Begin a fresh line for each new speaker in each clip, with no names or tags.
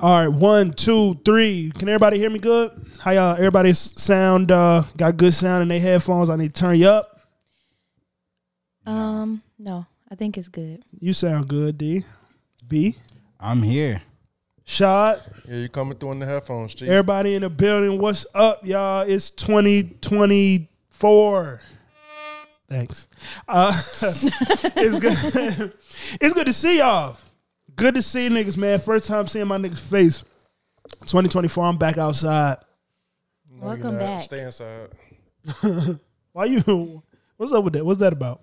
All right, one, two, three. Can everybody hear me good? How y'all? Everybody s- sound uh, got good sound in their headphones. I need to turn you up.
Um, no, I think it's good.
You sound good, D. B.
I'm here.
Shot.
Yeah, you coming through in the headphones, Chief.
Everybody in the building, what's up, y'all? It's 2024. Thanks. Uh, it's good. it's good to see y'all. Good to see niggas, man. First time seeing my niggas face. 2024. I'm back outside.
No, you
Welcome
not.
back.
Stay inside.
Why you? What's up with that? What's that about?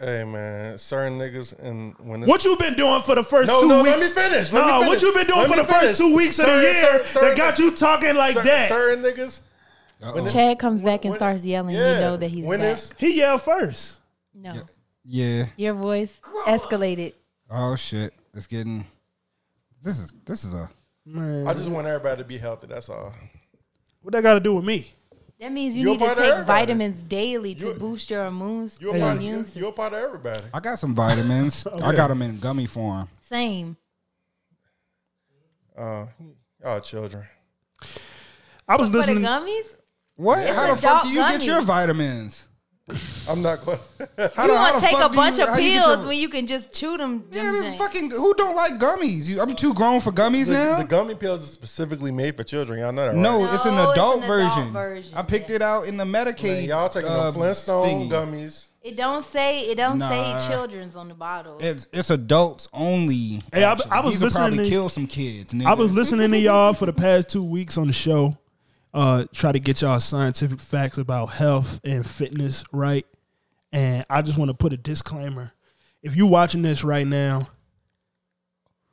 Hey man, certain niggas and when it's
What you been doing for the first
No,
two
no,
weeks?
let me finish. Let me
Nah,
finish.
what you been doing
Let
for
me
the first
finish.
two weeks of
Certain-
the year
certain- certain-
that got you talking like
cer-
that?
certain niggas,
Chad comes back and
when-
starts yelling.
yeah,
You know that he's
when
back.
it's
He yelled first.
No,
Yeah.
your voice escalated.
Oh shit. It's getting. This is this is a.
I just want everybody to be healthy. That's all.
What that got to do with me?
That means you
You're
need to
part of
take
everybody.
vitamins daily to
You're-
boost your immune, s-
You're a
your
part,
immune
you
system.
you're a part of everybody.
I got some vitamins. I got them in gummy form.
Same.
Uh, y'all children.
I was
For the
listening.
gummies,
What?
It's
how the fuck
adult
do you get your
gummies.
vitamins?
I'm not going.
How
you
the- how
want
the
to take
fuck
a
do
bunch
you-
of
how you get
pills
your-
when you can just chew them.
Yeah,
them
this
things.
fucking. Who don't like gummies? You, I'm too grown for gummies now.
the, the gummy pills is specifically made for children. Y'all know that, right?
no,
No,
it's an
it's
adult,
an adult
version.
version,
I picked it out in the Medicaid.
Man, y'all taking
uh,
the Flintstone
thingy.
gummies.
It don't say. It don't
Nah.
say children's on the bottle.
It's it's adults only.
Hey, I-
actually.
I was
These will probably
listening to-
kill some kids. Nigga.
I was listening to y'all for the past two weeks on the show. Uh, try to get y'all scientific facts about health and fitness right. And I just want to put a disclaimer: if you're watching this right now,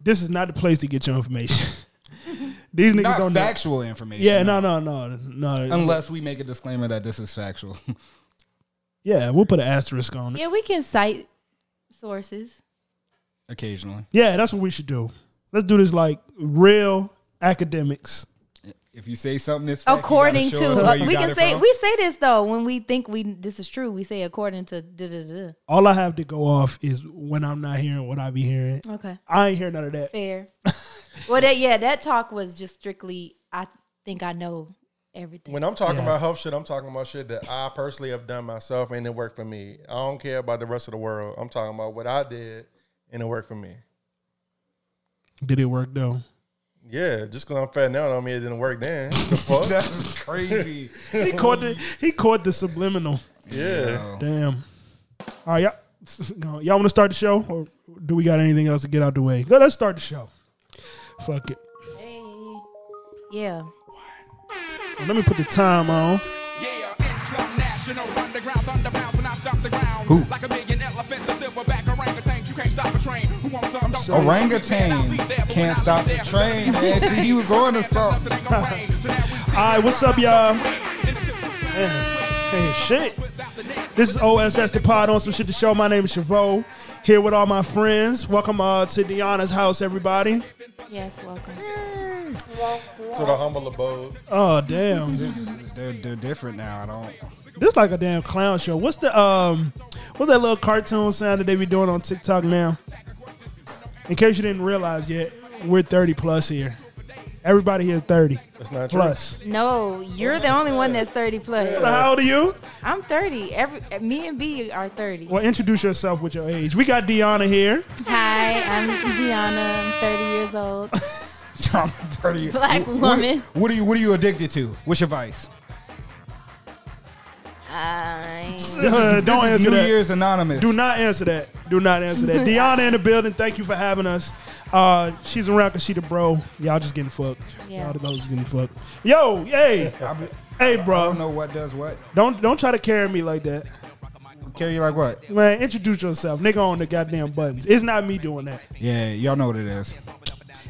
this is not the place to get your information. These niggas
not
don't know.
factual information.
Yeah, no, no, no, no.
Unless we make a disclaimer that this is factual.
yeah, we'll put an asterisk on it.
yeah, we can cite sources.
Occasionally.
Yeah, that's what we should do. Let's do this like real academics.
If you say something that's fact, you
according
gotta show us
to
where you
we
got
can
it
say
from.
we say this though when we think we this is true we say according to da da da
All I have to go off is when I'm not hearing what I be hearing.
da. okay
I ain't hear none of that.
fair well that yeah that talk was just strictly i think i know everything
When I'm talking
Yeah.
about health shit, I'm talking about shit that I personally have done myself and it worked for me. I don't care about the rest of the world. I'm talking about what I did and it worked for me.
Did it work though?
Yeah, just because I'm fat now don't mean it didn't work then. The fuck?
That's crazy.
He caught the he caught the subliminal.
yeah.
Damn. All right, y'all, y'all want to start the show, or do we got anything else to get out the way? Go, let's start the show. Fuck it.
hey. yeah
Let me put the time on.
Yeah, international underground thunderbounds when I stop the ground.
Who?
Like a million elephants, a silverback orangutan. You can't stop a train. Who wants some? Don't
sorry. Orangutans can't stop the train, man. See, he was on to something.
All right, what's up, y'all? Hey, shit. This is OSS the Pod on some shit to show. My name is Chavo. Here with all my friends. Welcome uh, to Deanna's house, everybody.
yes welcome
To the humble abode.
Oh damn,
They're, they're different now. I don't.
this like a damn clown show. What's the um, what's that little cartoon sound that they be doing on TikTok now? In case you didn't realize yet, we're thirty plus here. Everybody here is thirty
That's not true.
plus.
no you're the only one that's 30 plus
How old are you?
i'm 30 every me and b are 30
Well, introduce yourself with your age. We got Deanna here.
hi i'm deanna i'm 30 years old
I'm 30.
Black
What-
woman.
What, are you What are you addicted to? What's your vice?
i
Uh, don't
This is
answer
New
that.
Year's Anonymous.
Do not answer that. Do not answer that. Deanna in the building. Thank you for having us. Uh, she's around because she the bro. Y'all just getting fucked.
Yeah.
Y'all the brothers getting fucked. Yo, hey,
I,
hey,
I don't
bro.
know what does what.
Don't don't try to carry me like that,
Carry you like what?
man. Introduce yourself, nigga. On the goddamn buttons. It's not me doing that.
Yeah, y'all know what it is.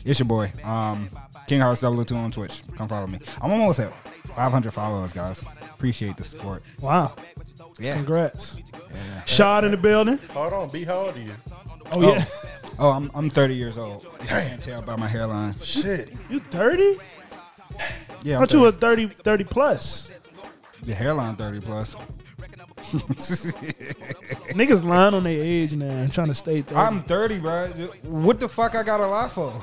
It's your boy, um, King Hearts 002 on Twitch. Come follow me. I'm almost at 500 followers, guys. Appreciate the support.
Wow.
Yeah.
Congrats. Shot in the building.
Hold on, B, how old are you?
Oh,
Oh,
yeah.
oh I'm, I'm 30 years old. You can't tell by my hairline.
Shit.
You thirty?
Yeah, I'm
Aren't you a
30.
30, 30 plus?
the hairline 30 plus.
Niggas lying on their age now, and trying to stay 30
I'm 30, bro. What the fuck I got a lot for?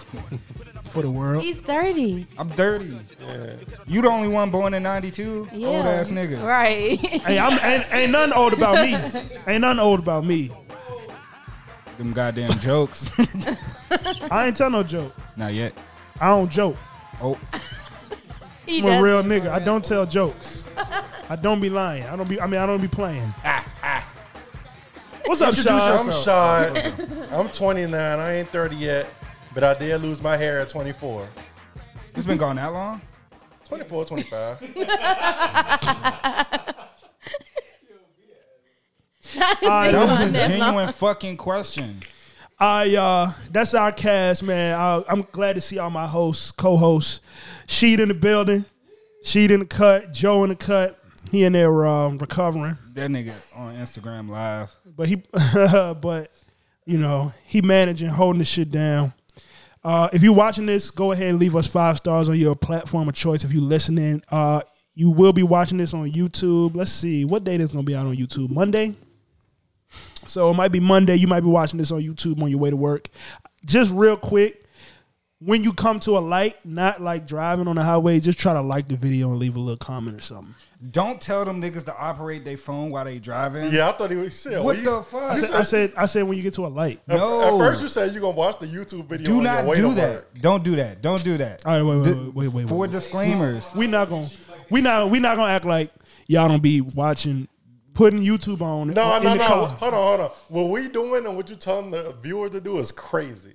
for the world.
He's 30.
I'm 30. You the only one born in 92?
Yeah.
Old ass nigga.
Right.
Hey, I'm ain't, ain't nothing old about me. Ain't nothing old about me.
Them goddamn jokes.
I ain't tell no joke.
Not yet.
I don't joke.
Oh,
He
I'm a
does
real
it for
nigga. I
real.
don't tell jokes. I don't be lying. I don't be. I mean, I don't be playing. What's up,
Introduce
Sean?
I'm shy. I'm 29. I ain't 30 yet, but I did lose my hair at 24.
it's been gone that long?
24, 25.
That was a
That long.
genuine fucking question.
I uh, that's our cast, man. I, I'm glad to see all my hosts, co-hosts. Sheet in the building, Sheet in the cut, Joe in the cut. He and there um, recovering,
That nigga on Instagram live.
but he, but you know, he managing, holding the shit down. Uh, if you're watching this, go ahead and leave us five stars on your platform of choice. If you're listening, uh, you will be watching this on YouTube. Let's see what date is gonna be out on YouTube. Monday. So it might be Monday. You might be watching this on YouTube on your way to work. Just real quick, when you come to a light, not like driving on the highway, just try to like the video and leave a little comment or something.
Don't tell them niggas to operate their phone while they driving.
Yeah, I thought he was shit.
What
well, you-
the fuck?
I said, I said, I said when you get to a light. All
no.
At first, you said you're going to watch the YouTube video.
do
on your
not
way
do
to
that.
work.
Don't do that. Don't do that.
right, wait, wait,
Th-
wait, wait, wait.
For
wait.
disclaimers,
We not gonna, we not, we not gonna act like y'all don't be watching, putting YouTube on.
No,
in
no,
the
no.
Car.
Hold on, hold on. What we doing and what you telling the viewers to do is crazy.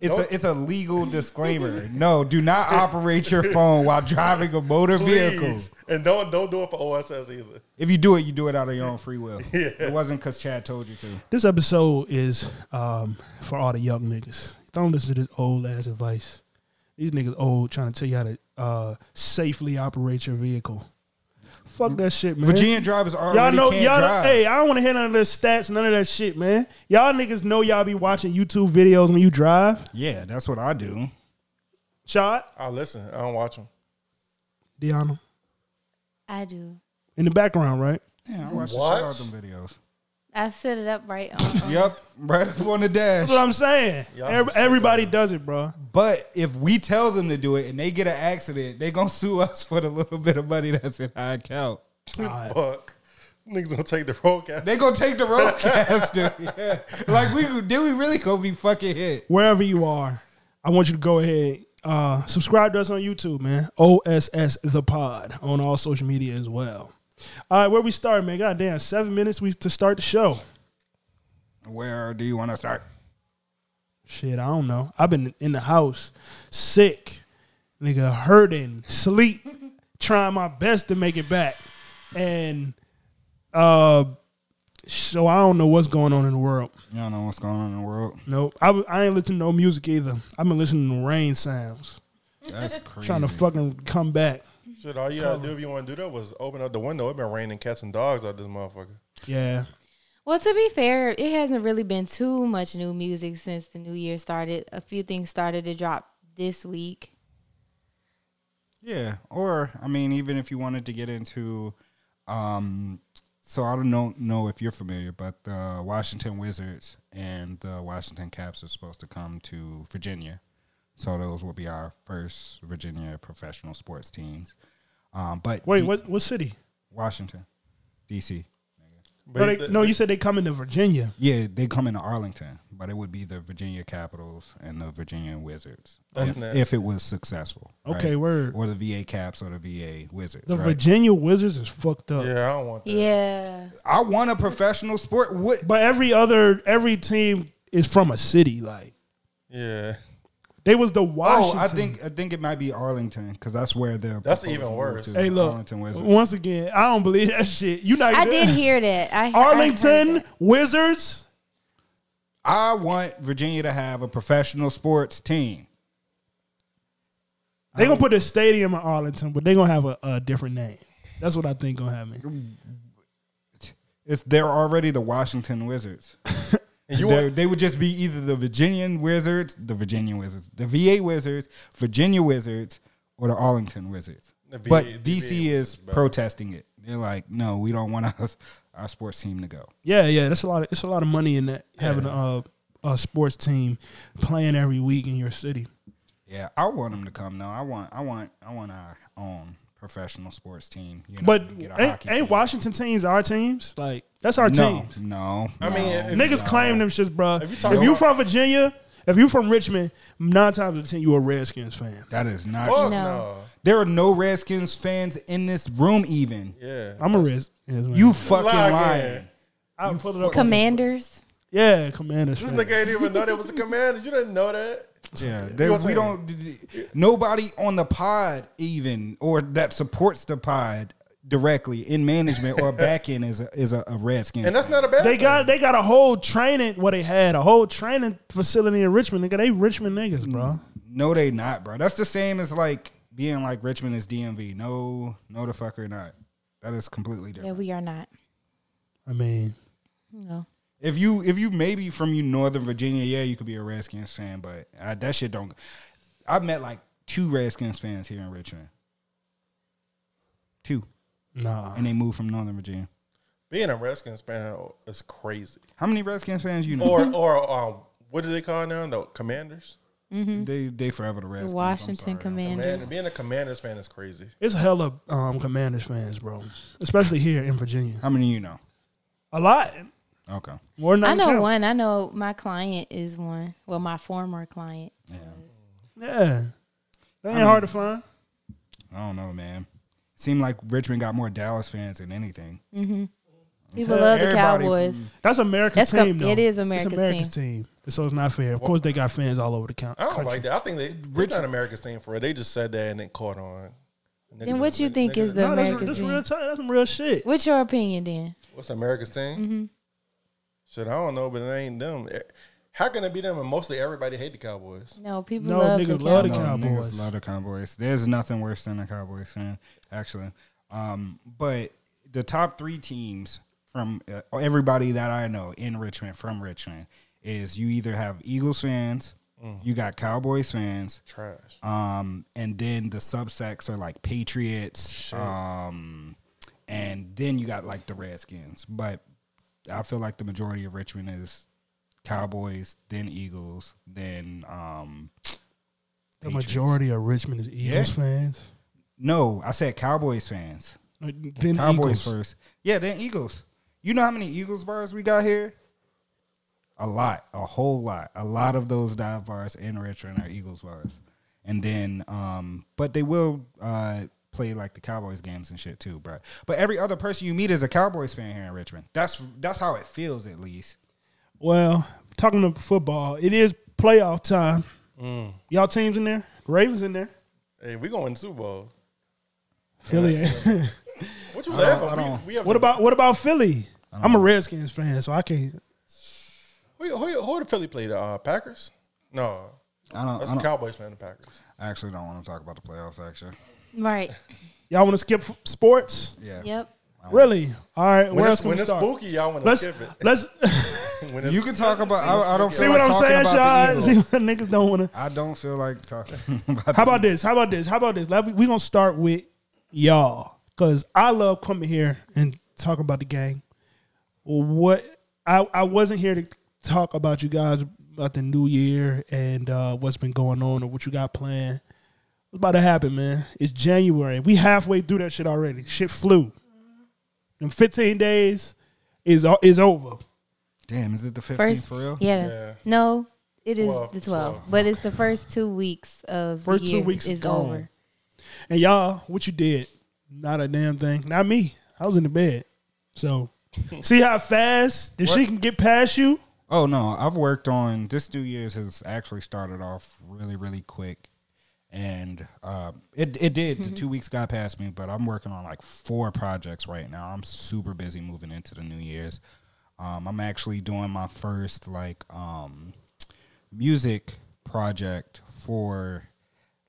it's a it's a legal disclaimer. No, do not operate your phone while driving a motor
Please.
vehicle.
And don't don't do it for OSS either.
If you do it, you do it out of your own free will. It wasn't because Chad told you to.
This episode is um, for all the young niggas. Don't listen to this old ass advice. These niggas old trying to tell you how to uh, safely operate your vehicle. Fuck that shit, man.
Virginia drivers already
y'all know,
can't
y'all.
drive.
Hey, I don't want to hear none of those stats, none of that shit, man. Y'all niggas know y'all be watching YouTube videos when you drive.
Yeah, that's what I do.
Shot,
I listen. I don't watch them.
Deanna,
I do.
in the background, right?
Yeah, I watch the
What?
shit out them videos.
I set it up right on.
Yep, right up on the dash.
That's what I'm saying.
Y'all
Every-
some shit,
everybody does it, bro.
But if we tell them to do it and they get an accident, they gonna sue us for the little bit of money that's in our account.
Fuck. Niggas gonna take the roadcast.
They gonna take the roadcaster. yeah. Like we did we really gonna be fucking hit?
wherever you are, I want you to go ahead. Uh, subscribe to us on YouTube, man. OSS The Pod on all social media as well. All right, where we start, man? Goddamn, seven minutes we to start the show.
Where do you wanna start?
Shit, I don't know. I've been in the house, sick, nigga, hurting, sleep, trying my best to make it back, and uh, so I don't know what's going on in the world.
You don't know what's going on in the world.
Nope, I, I ain't listening to no music either. I've been listening to rain sounds,
That's crazy.
trying to fucking come back.
Shit, all you gotta do if you wanna do that was open up the window. It been raining cats and dogs out this motherfucker.
Yeah.
Well, to be fair, it hasn't really been too much new music since the new year started. A few things started to drop this week.
Yeah, or I mean, even if you wanted to get into, um, so I don't know, know if you're familiar, but the Washington Wizards and the Washington Caps are supposed to come to Virginia, so those will be our first Virginia professional sports teams. Um, but
Wait,
D-
what what city?
Washington, D.C.
No,
But
they, no, you said they coming to Virginia.
Yeah, they come into Arlington, but it would be the Virginia Capitals and the Virginia Wizards
That's
if,
nice.
if it was successful.
Okay,
right?
word.
Or the VA Caps or the VA Wizards.
The
right?
Virginia Wizards is fucked up.
yeah, I don't want that.
Yeah.
I want a professional sport. What
But every other every team is from a city. Like
Yeah.
they was the
Oh,
Washington.
I think I think it might be Arlington because that's where they're.
That's
proposing
even
to
worse.
move to,
Hey, look.
Arlington Wizards.
Once again, I don't believe that shit. You not
I did hear that. I I heard
Arlington
that.
Wizards.
I want Virginia to have a professional sports team.
They gonna put a stadium in Arlington, but they gonna have a, a different name. That's what I think gonna happen.
It's they're already the Washington Wizards.
And you
They're-
want
they would just be either the Virginian Wizards, the Virginia Wizards, the VA Wizards, Virginia Wizards, or the Arlington Wizards.
The VA
but
the
DC
VA
is protesting it. They're like, no, we don't want us, our sports team to go.
Yeah, yeah. That's a lot. Of, it's a lot of money in that having a, a sports team playing every week in your city.
Yeah, I want them to come. though. I want, I want, I want our own professional sports team. You know,
But
to get a
ain't,
hockey
ain't
team.
Washington teams our teams? Like that's our
No,
teams.
no.
I mean,
no.
if-
Niggas claim them shits, bruh.
If you
If you,
talking about-
from Virginia, if you from Richmond, nine times out of ten you a Redskins fan.
that is not.
Fuck no.
No.
There are no Redskins fans in this room. Even
Yeah.
I'm a Redskins. fan.
you fucking
Lie
lying.
again.
I'll put it up.
Commanders.
yeah, Commanders.
This
fan.
nigga ain't even know that was a commander. You didn't know that.
Yeah, they,
gonna
we
take
don't. d- d- Nobody on the pod even, or that supports the pod directly in management or back end is a, is a, a Redskin.
And that's not a bad
They
thing.
got they got a whole training. What they had a whole training facility in Richmond. Nigga, they Richmond niggas, bro.
no, they not, bro. That's the same as like being like Richmond is DMV. No, no, the fucker not. That is completely
Yeah,
different.
we are not.
I mean,
No.
If you if you maybe from you Northern Virginia, yeah, you could be a Redskins fan, but uh, that shit don't. I met like two Redskins fans here in Richmond. Two,
nah.
and they moved from Northern Virginia.
Being a Redskins fan is crazy.
How many Redskins fans you know?
Or or uh, what do they call it now? The commanders.
They they forever the Redskins. I'm sorry.
Mm-hmm. Washington
Man,
Commanders.
being a commanders fan is crazy.
It's hella um, Commanders fans, bro. Especially here in Virginia.
How many you know?
A lot.
Okay.
More than I
I
can
know
count.
one. I know my client is one. Well, my former client. was.
Yeah. That ain't hard to find.
I don't know, man. Seemed like Richmond got more Dallas fans than anything.
People love the
Everybody
Cowboys.
That's American
That's co-
team, though.
it is
It's
America's
America's team. So it's not fair. Of course, they got fans all over the count-
I don't
country.
like that. I think they Rich, not America's team for it. They just said that and it caught on. Niggas
Then what
is-
you think
niggas
is the
No, that's,
America's
that's
team?
real. T- that's some real shit.
What's your opinion then?
What's America's team? Shit, I don't know, but it ain't them. Eh, How can it be them? And mostly everybody hate the Cowboys.
No, people
No,
love,
niggas
the
love the
Cowboys.
Cowboys.
niggas love the Cowboys. There's nothing worse than a Cowboys fan, actually. Um, but the top three teams from uh, everybody that I know in Richmond from Richmond is you either have Eagles fans, you got Cowboys fans,
Trash.
Um, and then the subsects are like Patriots. Um, and then you got like the Redskins. But I feel like the majority of Richmond is Cowboys, then Eagles, then um,
The
Patriots.
majority of Richmond is Eagles
Yeah.
fans. Uh,
No, I said Cowboys fans.
Then
Cowboys
Eagles.
first. Yeah, then Eagles. You know how many Eagles bars we got here? A lot, a whole lot. A lot of those dive bars in Richmond are Eagles bars. And then um but they will uh play like the Cowboys games and shit too, bro. But every other person you meet is a Cowboys fan here in Richmond. That's that's how it feels at least.
Well, talking of football, it is playoff time.
Mm.
Y'all teams in there? Ravens in there?
Hey, we going to Super Bowl.
Philly.
What you laughing?
I
at? We-
don't-
We, have
what
the-
about what about Philly? I'm a Redskins fan, so I can't.
who? Who, who the Philly played? Uh, Packers? No,
I don't
that's
I, don't,
the Cowboys fan. The Packers.
I actually don't want to talk about the playoffs actually.
Right.
Y'all want to skip f- sports?
Yeah.
Yep.
Really? All right.
When
where else
it's,
can
when
we
it's
start?
spooky, y'all want to
let's
skip it.
let's
When it's-
You can talk about I, I don't feel
see what
like
I'm
talking
saying,
about
Sean.
the
See
Eagles.
what niggas don't want to.
I don't feel like talking about
How about this? How about this? How about this? Let me- We gonna start with y'all because I love coming here and talking about the gang. What I I wasn't here to talk about you guys about the new year and uh, what's been going on or what you got planned. What's about to happen, man? It's January. We halfway through that shit already. Shit flew. In 15 days is o- is over.
Damn, is it the 15th
First.
for real?
Yeah.
Yeah.
No, it is
Twelve.
the 12. But it's the first two weeks of
First
the
two
year
weeks
is
gone.
over.
And y'all, what you did? Not a damn thing. Not me. I was in the bed. So see how fast that she can get past you.
Oh no, I've worked on this New Year's has actually started off really, really quick. And um, it it did. The two weeks got past me, but I'm working on like four projects right now. I'm super busy moving into the New Year's. Um, I'm actually doing my first like um, music project for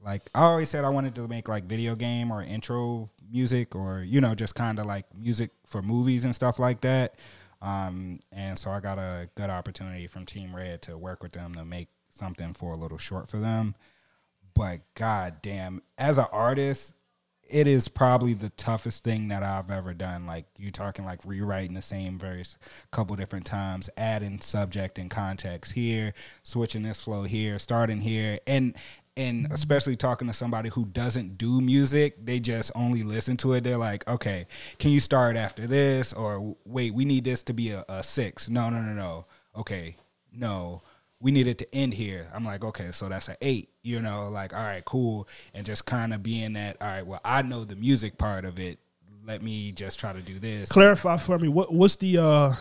like I always said I wanted to make like video game or intro music or you know just kind of like music for movies and stuff like that. Um, and so I got a good opportunity from Team Red to work with them to make something for a little short for them. But god damn, as an artist, it is probably the toughest thing that I've ever done. Like you talking like rewriting the same verse a couple different times, adding subject and context here, switching this flow here, starting here, and and especially talking to somebody who doesn't do music, they just only listen to it. They're like, okay, can you start after this? Or wait, we need this to be a, a six. No, no, no, no. Okay, no. We need it to end here. I'm like, okay, so that's an eight, you know, like, all right, cool. And just kind of being that, all right, well, I know the music part of it. Let me just try to do this.
Clarify for me. What what's the uh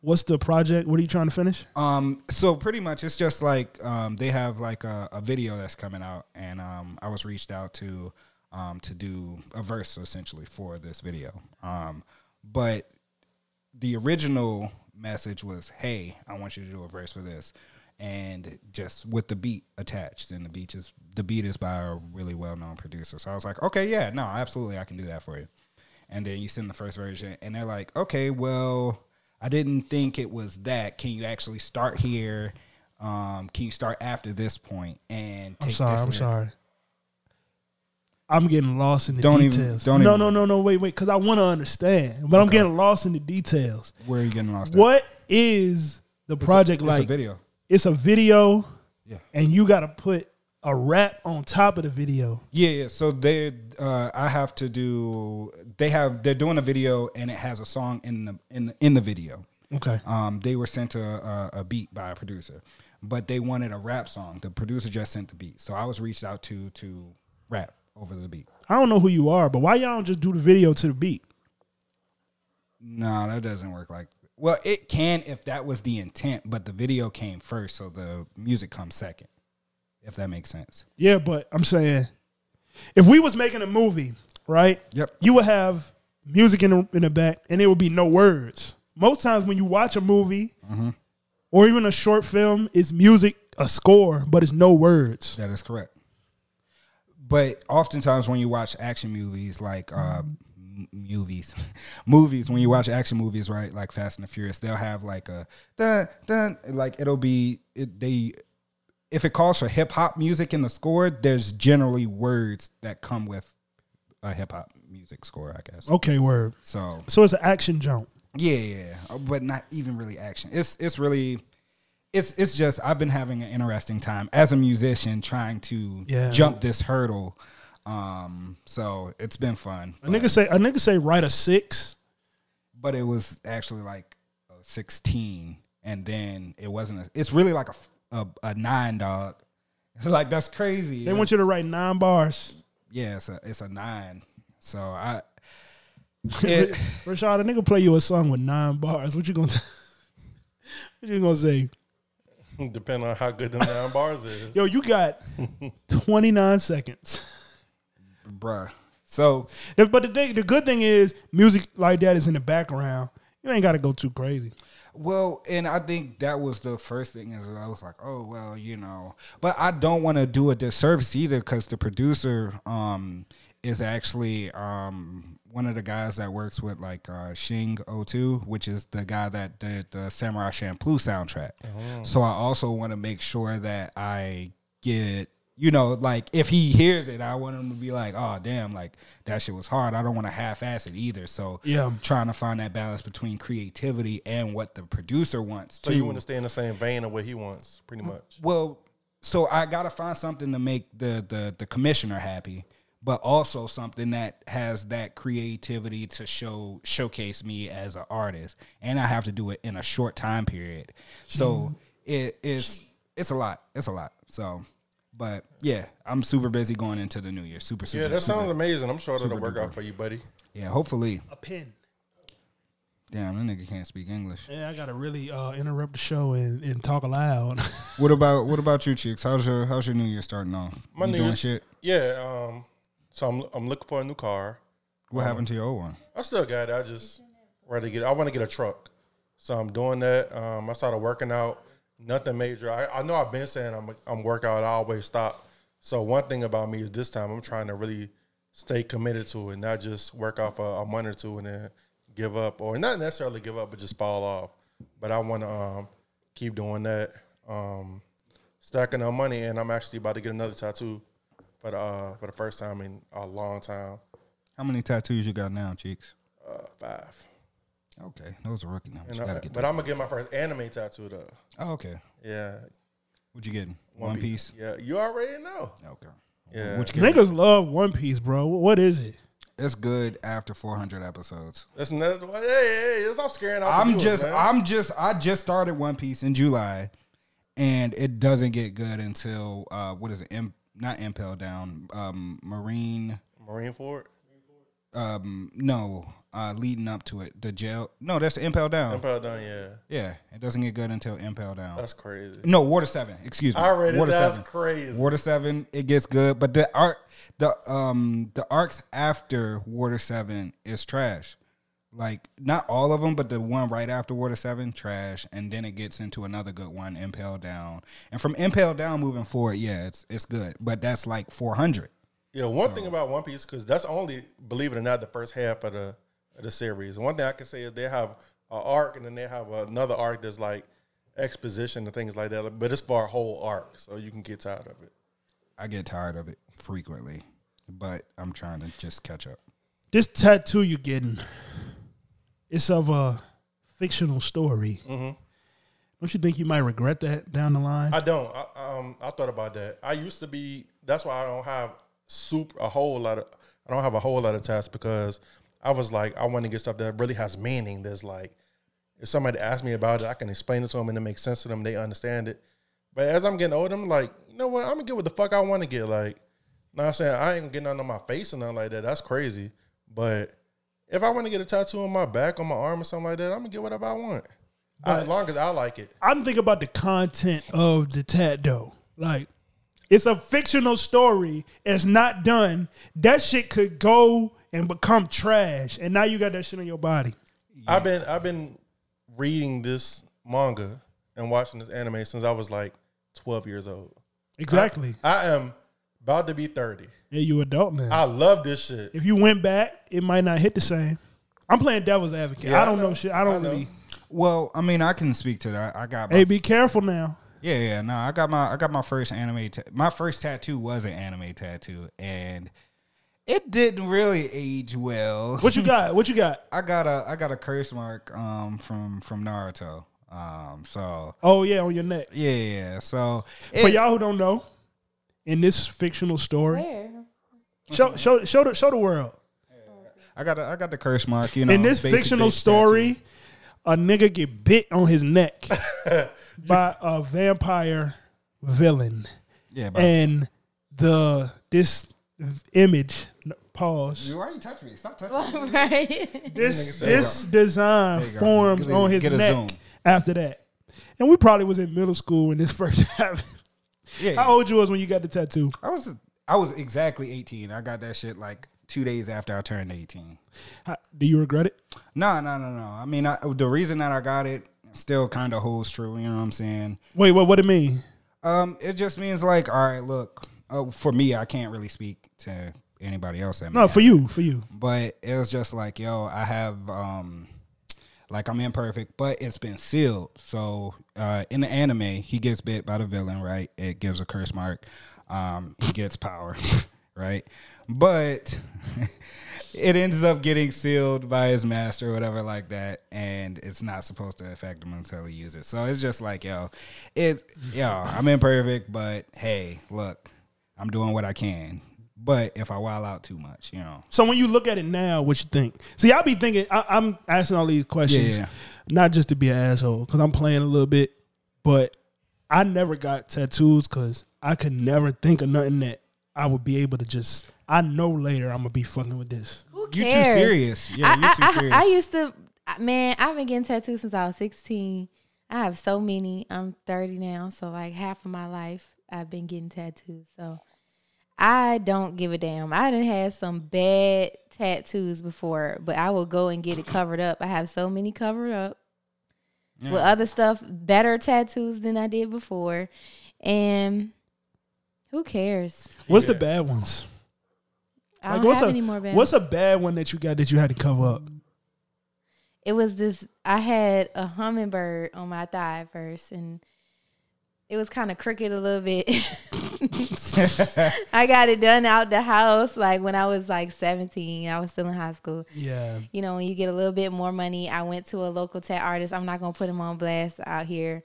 what's the project? What are you trying to finish?
Um, so pretty much it's just like um, they have like a, a video that's coming out, and um, I was reached out to um, to do a verse essentially for this video. Um, but the original message was, "Hey, I want you to do a verse for this," and just with the beat attached, and the beat is the beat is by a really well known producer. So I was like, "Okay, yeah, no, absolutely, I can do that for you." And then you send the first version, and they're like, "Okay, well, I didn't think it was that. Can you actually start here? Um, can you start after this point and take
I'm sorry.
this?"
I'm
and-
sorry. I'm getting lost in the
Don't even-
details.
don't
no,
even-
no, no, no. Wait, wait. Because I want to understand, but I'm getting lost in the details.
Where are you getting lost? at?
What is the project
It's
like?
a video.
It's a video,
Yeah.
and you got to put a rap on top of the video.
Yeah, yeah. So they, uh, I have to do. They have. They're doing a video, and it has a song in the in the, in the video.
Okay.
Um, they were sent a, a, a beat by a producer, but they wanted a rap song. The producer just sent the beat, so I was reached out to to rap over the beat.
I don't know who you are, but why y'all don't just do the video to the beat?
No, that doesn't work like. Well, it can if that was the intent, but the video came first, so the music comes second. If that makes sense.
Yeah, but I'm saying, if we was making a movie, right?
Yep.
You would have music in the, in the back, and there would be no words. Most times when you watch a movie or even a short film, it's music, a score, but it's no words.
That is correct. But oftentimes when you watch action movies, like uh, m- movies, movies, when you watch action movies, right, like Fast and the Furious, they'll have like a dun dun, like it'll be it, they. If it calls for hip hop music in the score, there's generally words that come with a hip hop music score, I guess.
Okay, word.
So
So it's an action jump.
yeah, yeah, yeah, but not even really action. It's it's really it's it's just I've been having an interesting time as a musician trying to
Yeah.
jump this hurdle. Um, so it's been fun,
A nigga say a nigga say write a six.
but it was actually like a sixteen, and then it wasn't. A, it's really like a f- a, a nine dog. like that's crazy.
They want you to write nine bars.
yeah, it's a it's a nine. So I. It,
Rashad, a nigga play you a song with nine bars. What you gonna t- What you gonna say?
Depending on how good the nine bars is.
Yo, you got twenty nine seconds.
bruh. So
The- But the thing, the good thing is, music like that is in the background. You ain't got to go too crazy.
Well, and I think that was the first thing is that I was like, oh well, you know, but I don't want to do a disservice either because the producer um, is actually um, one of the guys that works with like uh, Shing O2, which is the guy that did the Samurai Champloo soundtrack. So I also want to make sure that I get. You know, like if he hears it, I want him to be like, "Oh, damn! Like that shit was hard. I don't want to half-ass it either." So
Yeah.
trying to find that balance between creativity and what the producer wants.
So
too.
you want to stay in the same vein of what he wants, pretty
Mm-hmm.
much.
Well, so I gotta find something to make the the the commissioner happy, but also something that has that creativity to show showcase me as an artist, and I have to do it in a short time period.
Hmm.
So it is it's a lot. It's a lot. So. But yeah, I'm super busy going into the new year. Super, super.
Yeah, that
super.
sounds amazing. I'm sure that'll work out for you, buddy.
Yeah, hopefully.
A pin.
Damn, that nigga can't speak English.
Yeah, I gotta really uh, interrupt the show and, and talk aloud.
What about what about you, chicks? How's your how's your new year starting off?
My
you
new
doing
year's-
shit.
Yeah. Um. So I'm I'm looking for a new car.
What happened to your old one?
I still got it. I just ready to get. I want to get a truck, so I'm doing that. Um, I started working out. Nothing major. I, I know I've been saying I'm I'm workout. I always stop. So one thing about me is this time I'm trying to really stay committed to it, not just work out for a month or two and then give up, or not necessarily give up, but just fall off. But I want to um, keep doing that, um, stacking up money, and I'm actually about to get another tattoo for the uh, for the first time in a long time.
How many tattoos you got now, Cheeks?
Uh, five.
Okay, those are rookie numbers.
And
You
I-
gotta get
but I'm gonna get my first anime tattoo though.
that. Oh, okay.
Yeah,
What you getting? One, piece.
Yeah, you already know.
Okay.
Yeah.
Which character?
Niggas love One Piece, bro. What is it?
It's good after 400 episodes.
That's another one. Hey, hey, hey, stop scaring off the
I'm
viewers,
just,
man.
I'm just, I just started One Piece in July, and it doesn't get good until uh, what is it? Im- not Impel Down, um, Marine.
Marine Ford.
Um, no, uh, leading up to it, the jail. No, that's Impel Down.
I'm probably done, yeah.
Yeah, it doesn't get good until Impel Down.
That's crazy.
no, Water Seven. Excuse me.
I read it.
Water
That's
Seven.
crazy.
Water Seven. It gets good, but the arc, the um, the arcs after Water Seven is trash. Like not all of them, but the one right after Water Seven, trash, and then it gets into another good one, Impel Down, and from Impel Down moving forward, yeah, it's it's good, but that's like four hundred.
Yeah, one thing about One Piece because that's only, believe it or not, the first half of the of the series. One thing I can say is they have an arc, and then they have another arc that's like exposition and things like that. But it's for a whole arc, so you can get tired of it.
I get tired of it frequently, but I'm trying to just catch up.
This tattoo you getting, it's of a fictional story. Don't you think you might regret that down the line?
I don't. I, um, I thought about that. I used to be. That's why I don't have super a whole lot of. I don't have a whole lot of tats because I was like, I want to get stuff that really has meaning. That's like, if somebody asks me about it, I can explain it to them and it makes sense to them. They understand it. But as I'm getting older, I'm like, you know what? I'm gonna get what the fuck I want to get. Like, know what I'm saying I ain't gonna get nothing on my face or nothing like that. That's crazy. But if I want to get a tattoo on my back, on my arm, or something like that, I'm gonna get whatever I want. as long as I like it.
I'm thinking about the content of the tat though. Like, it's a fictional story. It's not done. That shit could go and become trash, and now you got that shit on your body.
I've been I've been reading this manga and watching this anime since I was like 12 years old.
Exactly.
I am about to be 30.
Uh, yeah, you adult now.
I love this shit.
Uh, if you went back, it might not hit the same. I'm playing devil's advocate.
Yeah,
I don't
I
know.
know.
shit. I don't
I know.
really.
Well, I mean, I can speak to that. I got my
Hey, be careful now.
Yeah, yeah, no, I got my I got my first anime. Ta- my first tattoo was an anime tattoo, and it didn't really age well.
What you got? What you got?
I got a I got a curse mark um from from Naruto. Um, so
Oh yeah, on your neck.
yeah, yeah. So
For
it-
y'all who don't know, in this fictional story,
Where?
show show show the show the world.
I got a, I got the curse mark. You know,
in this
basic
fictional
bitch
story, a nigga get bit on his neck by a vampire villain,
tattoo. Yeah, but
and the this image. Pause.
why you touching me? Stop touching. me.
right.
This this design
you go.
forms
Get a-
on his
get a
neck
zoom.
after that, and we probably was in middle school when this first happened.
Yeah,
How old you was when you got the tattoo?
I was I was exactly eighteen. I got that shit like two days after I turned eighteen.
How, do you regret it?
No, no, no, no. I mean, I, the reason that I got it still kind of holds true. You know what I'm saying?
Wait, what? What it mean?
Um, it just means like, all right, look. Uh, for me, I can't really speak to anybody else. That may
No,
have
for you, for you.
but it was just like, yo, I have um like I'm imperfect, but it's been sealed. So uh in the anime, he gets bit by the villain, right? It gives a curse mark. Um he gets power, right? But it ends up getting sealed by his master or whatever like that, and it's not supposed to affect him until he uses it. So it's just like, yo, it yo, I'm imperfect, but hey, look, I'm doing what I can. But if I wild out too much, you know,
So when you look at it now, what you think? See, I be thinking. I, I'm asking all these questions,
Yeah.
not just to be an asshole, because I'm playing a little bit. But I never got tattoos because I could never think of nothing that I would be able to just. I know later I'm gonna be fucking with this.
Who
You too
cares?
serious. Yeah, you too
I,
serious.
I used to, man. I've been getting tattoos since I was sixteen. I have so many. I'm thirty now, so like half of my life I've been getting tattoos. So I don't give a damn. I done had some bad tattoos before, but I will go and get it covered up. I have so many covered up with other stuff, better tattoos than I did before, and who cares?
What's the bad ones?
I don't
what's
have
a
any more bad.
what's a bad one that you got that you had to cover up?
it was this I had a hummingbird on my thigh at first and it was kind of crooked a little bit. I got it done out the house like when I was like 17. I was still in high school.
Yeah,
You know, when you get a little bit more money, I went to a local tat artist. I'm not going to put him on blast out here.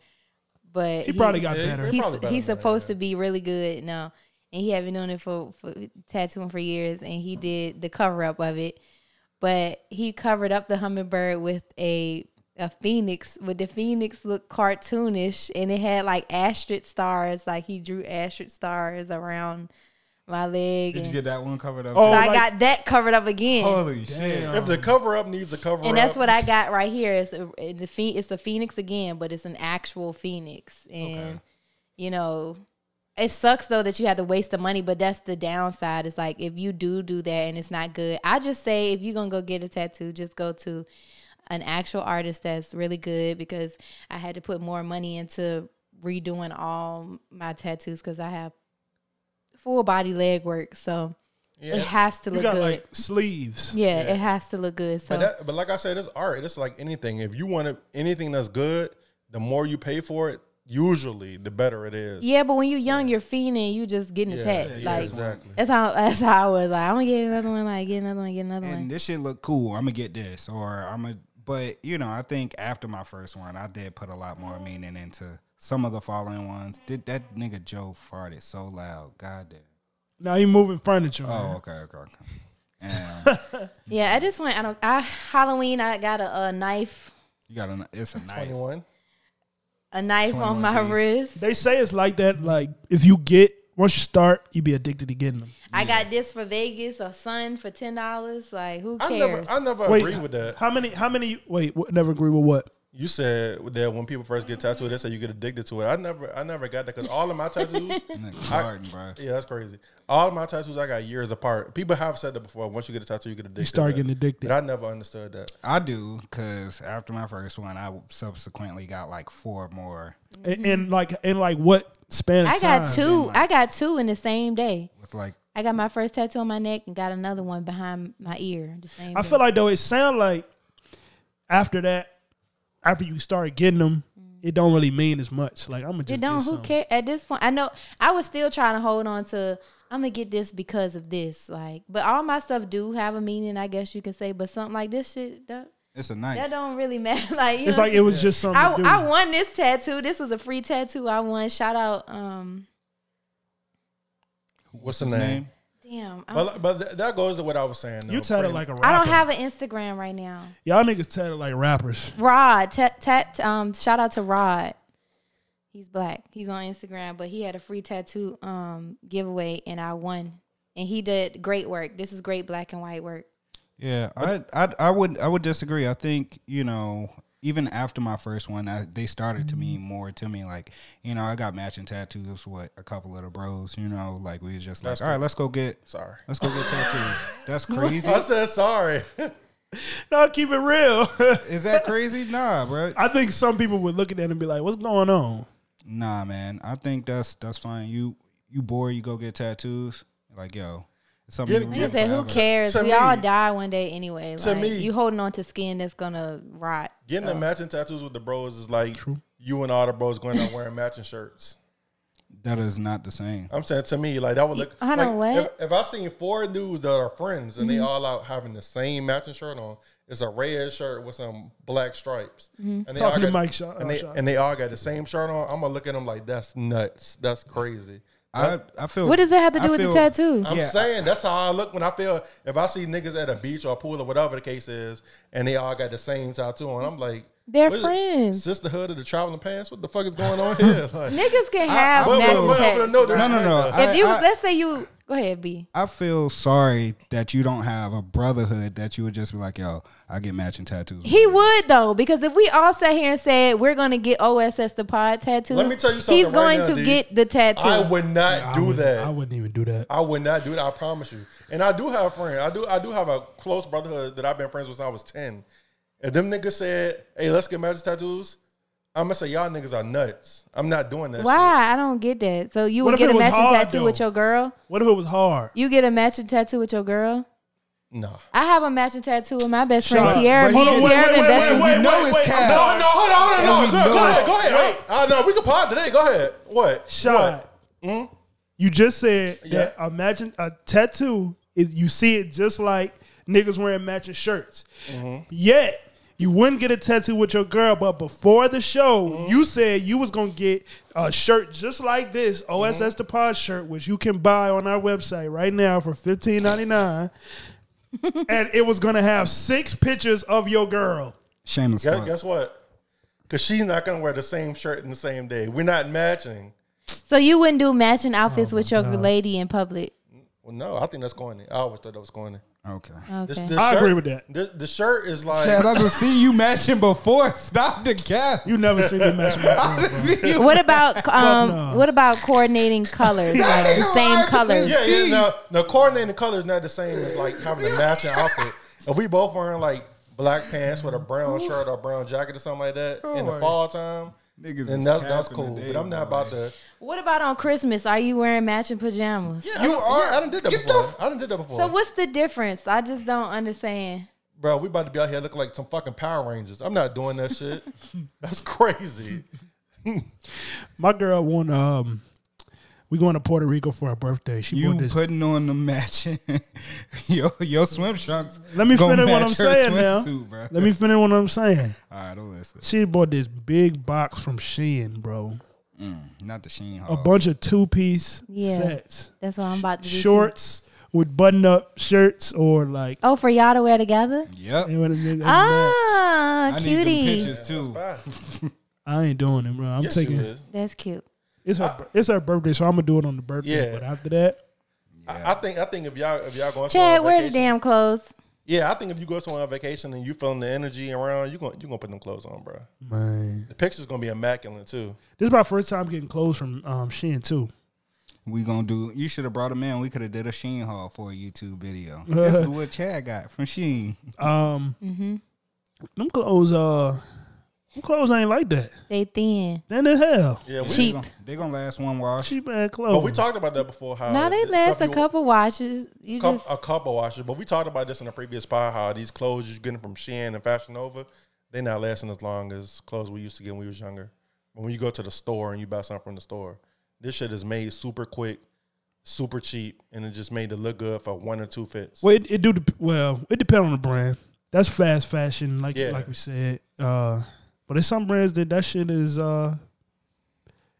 but
He probably got
Yeah,
better.
he probably-
he's
better
he's
than that,
supposed
yeah.
to be really good now, and he had been doing it for, for tattooing for years, and he did the cover up of it, but he covered up the hummingbird with a a phoenix, but the phoenix looked cartoonish, and it had like asterisk stars, like he drew asterisk stars around my leg.
Did
and-
you get Oh, that one covered up?
Oh,
so I
like-
got that covered up again.
Holy shit.
If the cover up needs a cover
and
up,
that's what I got right here. It's a, the phe- it's a phoenix again, but it's an actual phoenix, and you know, it sucks though that you have to waste the money. But that's the downside. It's like if you do do that and it's not good, I just say if you're gonna go get a tattoo, just go to an actual artist that's really good because I had to put more money into redoing all my tattoos because I have full body leg work, so
Yeah.
it has to
You
look
got
good.
like sleeves.
yeah, it has to look good. So
But, that, but like I said, it's art. It's like anything. If you want it, anything that's good, the more you pay for it, usually the better it is.
Yeah, but when you're young, you're fiending. You just getting attacked.
yeah,
like
exactly.
that's how that's how I was. Like I'm gonna get another one. Like get another one. Get another
and
one.
this shit look cool. I'm gonna get this, or I'm gonna. But you know, I think after my first one, I did put a lot more meaning into some of the following ones. Did that nigga Joe farted so loud? God damn.
Now he moving furniture.
Oh,
man.
okay, okay, okay. And
Yeah, I just went. I don't. I Halloween. I got a, a knife.
you got a. It's a knife.
Twenty one.
A knife on my
21
wrist.
They say it's like that. Like if you get once you start, you be addicted to getting them.
I got this for Vegas. A sun for ten dollars. Like who
I
cares?
never, I never
Wait,
agree with that.
How many? How many? Wait, what, never agree with what?
You said that when people first get tattooed, they say you get addicted to it. I never, I never got that because all of my tattoos.
Nigga farting, bro.
Yeah, that's crazy. All of my tattoos I got years apart. People have said that before. Once you get a tattoo, you get addicted. You
start getting addicted.
But I never understood that.
I do, cause after my first one, I subsequently got like four more
And, and like in like what span? Of
I got
time?
two. I got two in the same day.
with like
I got my first tattoo on my neck and got another one behind my ear. The same.
I
day.
feel like though it sound like after that, after you start getting them, it don't really mean as much. Like I'm gonna just
It don't.
Get
Who
some.
care at this point? I know I was still trying to hold on to. I'm gonna get this because of this. Like, but all my stuff do have a meaning, I guess you can say. But something like this shit, that,
it's a knife.
that don't really matter. Like, you
It's
know,
like it was just something.
I,
to do.
I won this tattoo. This was a free tattoo I won. Shout out, um,
What's the
His
name?
damn. I
uh,
don't,
But but th- that goes to what I was saying. Though.
you tatted
Pretty-
like a rapper.
I don't have an Instagram right now.
y'all niggas tatted like rappers.
Rod, tat, tat, um, shout out to Rod. He's black. He's on Instagram, but he had a free tattoo um giveaway, and I won. And he did great work. This is great black and white work.
Yeah, I, I I would I would disagree. I think you know even after my first one, I, they started to mean more to me. Like you know, I got matching tattoos with a couple of the bros. You know, like we was just like, all right, let's go get
Sorry.
let's go get tattoos. That's crazy.
I said sorry.
No, keep it real.
Is that crazy? Nah, bro.
I think some people would look at that and be like, "What's going on?"
Nah, man. I think that's that's fine. You you bored? You go get tattoos. Like yo, it's something.
Get-
you
get-
Like I
remember
said, who
forever.
cares?
To
we all
me-
die one day anyway.
To
like,
me-
you holding on to skin that's gonna rot.
Getting the matching tattoos with the bros is like
True.
you and all the bros going out wearing matching shirts.
That is not the same.
I'm saying to me, like that would look.
I know
like,
what.
If, if I seen four dudes that are friends and they
Mm-hmm.
all out having the same matching shirt on, it's a red shirt with some black stripes.
Mm-hmm.
And they
Talking
all
to
got-
Mike Shaw- uh,
and they,
Shaw.
and they all got the same shirt on. I'm gonna look at them like that's nuts. That's crazy.
I I feel.
What does that have to
I
do with
feel-
the tattoo?
I'm
Yeah.
saying that's how I look when I feel if I see niggas at a beach or a pool or whatever the case is, and they all got the same tattoo on. I'm like,
They're
what is it?
friends.
Sisterhood of the traveling pants. What the fuck is going on here? Like,
Niggas can have
but- but-
matching
but- but no,
tattoos.
there's-
No, no, no.
If
I-
if you,
I-
let's say you, go ahead, B.
I feel sorry that you don't have a brotherhood that you would just be like, yo, I get matching tattoos.
He would though, because if we all sat here and said we're gonna get OSS the pod tattoo,
Let me tell you something
He's
right
going
now,
to
D.
get the tattoo.
I would not
I
do
wouldn't-
that.
I wouldn't even do that.
I would not do that. I promise you. And I do have friends. I do. I do have a close brotherhood that I've been friends with since I was ten. If them niggas said, "Hey, let's get matching tattoos," I'm gonna say y'all niggas are nuts. I'm not doing that. shit.
Why? I don't get that. So you
What
would
if
get
it
a
was
matching
hard,
tattoo with
though?
your girl.
What if it was hard?
You get a matching tattoo with your girl.
Nah.
I have a matching tattoo with my best
Shut
friend
up.
Tiara.
But
Me
he-
and
wait,
Tiara been best friends.
wait, know it's
I'm
cap.
sorry.
No, no, hold on,
And
hold on.
we
Go,
know
go ahead,
it.
go ahead. Hey, uh, no, we can pause today. Go ahead. What? Hmm?
Shot. You just said
Yeah.
that imagine a
Mm-hmm.
tattoo is you see it just like niggas wearing matching shirts. Yet You wouldn't get a tattoo with your girl, but before the show,
Mm-hmm.
you said you was gonna get a shirt just like this, OSS
Mm-hmm.
the Pod shirt, which you can buy on our website right now for fifteen ninety nine, and it was gonna have six pictures of your girl.
Shameless
Guess,
plug.
guess what? Because she's not going to wear the same shirt in the same day. We're not matching.
So you wouldn't do matching outfits with your lady in public.
Well, no, I think that's going in. I always thought that was going in.
Okay.
Okay.
I agree with that.
The, the shirt is like.
Chad, I just see you matching before. Stop the cap.
You never seen me mess with my girl. bro.
See you.
what about um? What about coordinating colors? like the
nigga
same
lying.
colors.
yeah, yeah.
Steve.
Now, now coordinating the color is not the same as like having a matching outfit. If we both wearing like black pants with a brown shirt or brown jacket or something like that in the
my-
fall time,
Oh, Niggas
and
is
that's, that's
capping
cool.
today,
but I'm not
boy.
about to.
What about on Christmas? Are you wearing matching pajamas?
Yeah,
You
I, done-
are-
Yeah, I done did that
get the
before.
f-
I done did that before.
So what's the difference? I just don't understand.
Bro, we about to be out here looking like some fucking Power Rangers. I'm not doing that shit. That's crazy.
My girl won. Um, we going to Puerto Rico for her birthday. She
You
bought this.
putting on the matching your your swim trunks.
Let me
gonna
finish what
match
I'm
her
saying now.
swimsuit, bruh.
Let me finish what I'm saying.
All right, don't listen.
She bought this big box from Shein, bro.
Not the Sheen
A
Hall.
bunch of two piece
Yeah.
sets,
That's what I'm about to do. too.
shorts with button up shirts, or like
Oh, for y'all to wear together?
yep.
they would've been-
Ah,
I need them
cutie.
pictures too.
I ain't doing it, bro. I'm
Yes,
taking
you is.
That's cute.
it's
Ah.
her bir- it's her birthday, so I'm gonna do it on the birthday.
Yeah.
But after that,
I, I think I think if y'all if y'all going somewhere
Chad,
on
wear the
vacation,
damn clothes.
yeah, I think if you go somewhere on vacation and you feeling the energy around, you going you gonna put them clothes on, bro.
man,
The picture's gonna be immaculate too.
this is my first time getting clothes from um, Shein too.
We gonna do. You should have brought him in. We could have did a Sheen haul for a YouTube video. this is what Chad got from Sheen.
Um,
Mm-hmm.
them clothes, uh, them clothes ain't like that.
They thin.
Then the hell,
Yeah, we,
They
Cheap.
gon- They gonna last one wash.
cheap ass clothes.
but we talked about that before. How
Now they
it's
last a
something Uh, you-
couple washes. You
cou-
just
a couple uh, washes, but we talked about this in the previous pod. How these clothes you're getting from Shein and Fashion Nova, they not lasting as long as clothes we used to get when we was younger. But when you go to the store and you buy something from the store, this shit is made super quick, super cheap, and it just made to look good for one or two fits.
Well, it, it do dep- well. It depends on the brand. That's fast fashion, like
Yeah.
like we said. Uh, but there's some brands that that shit is uh,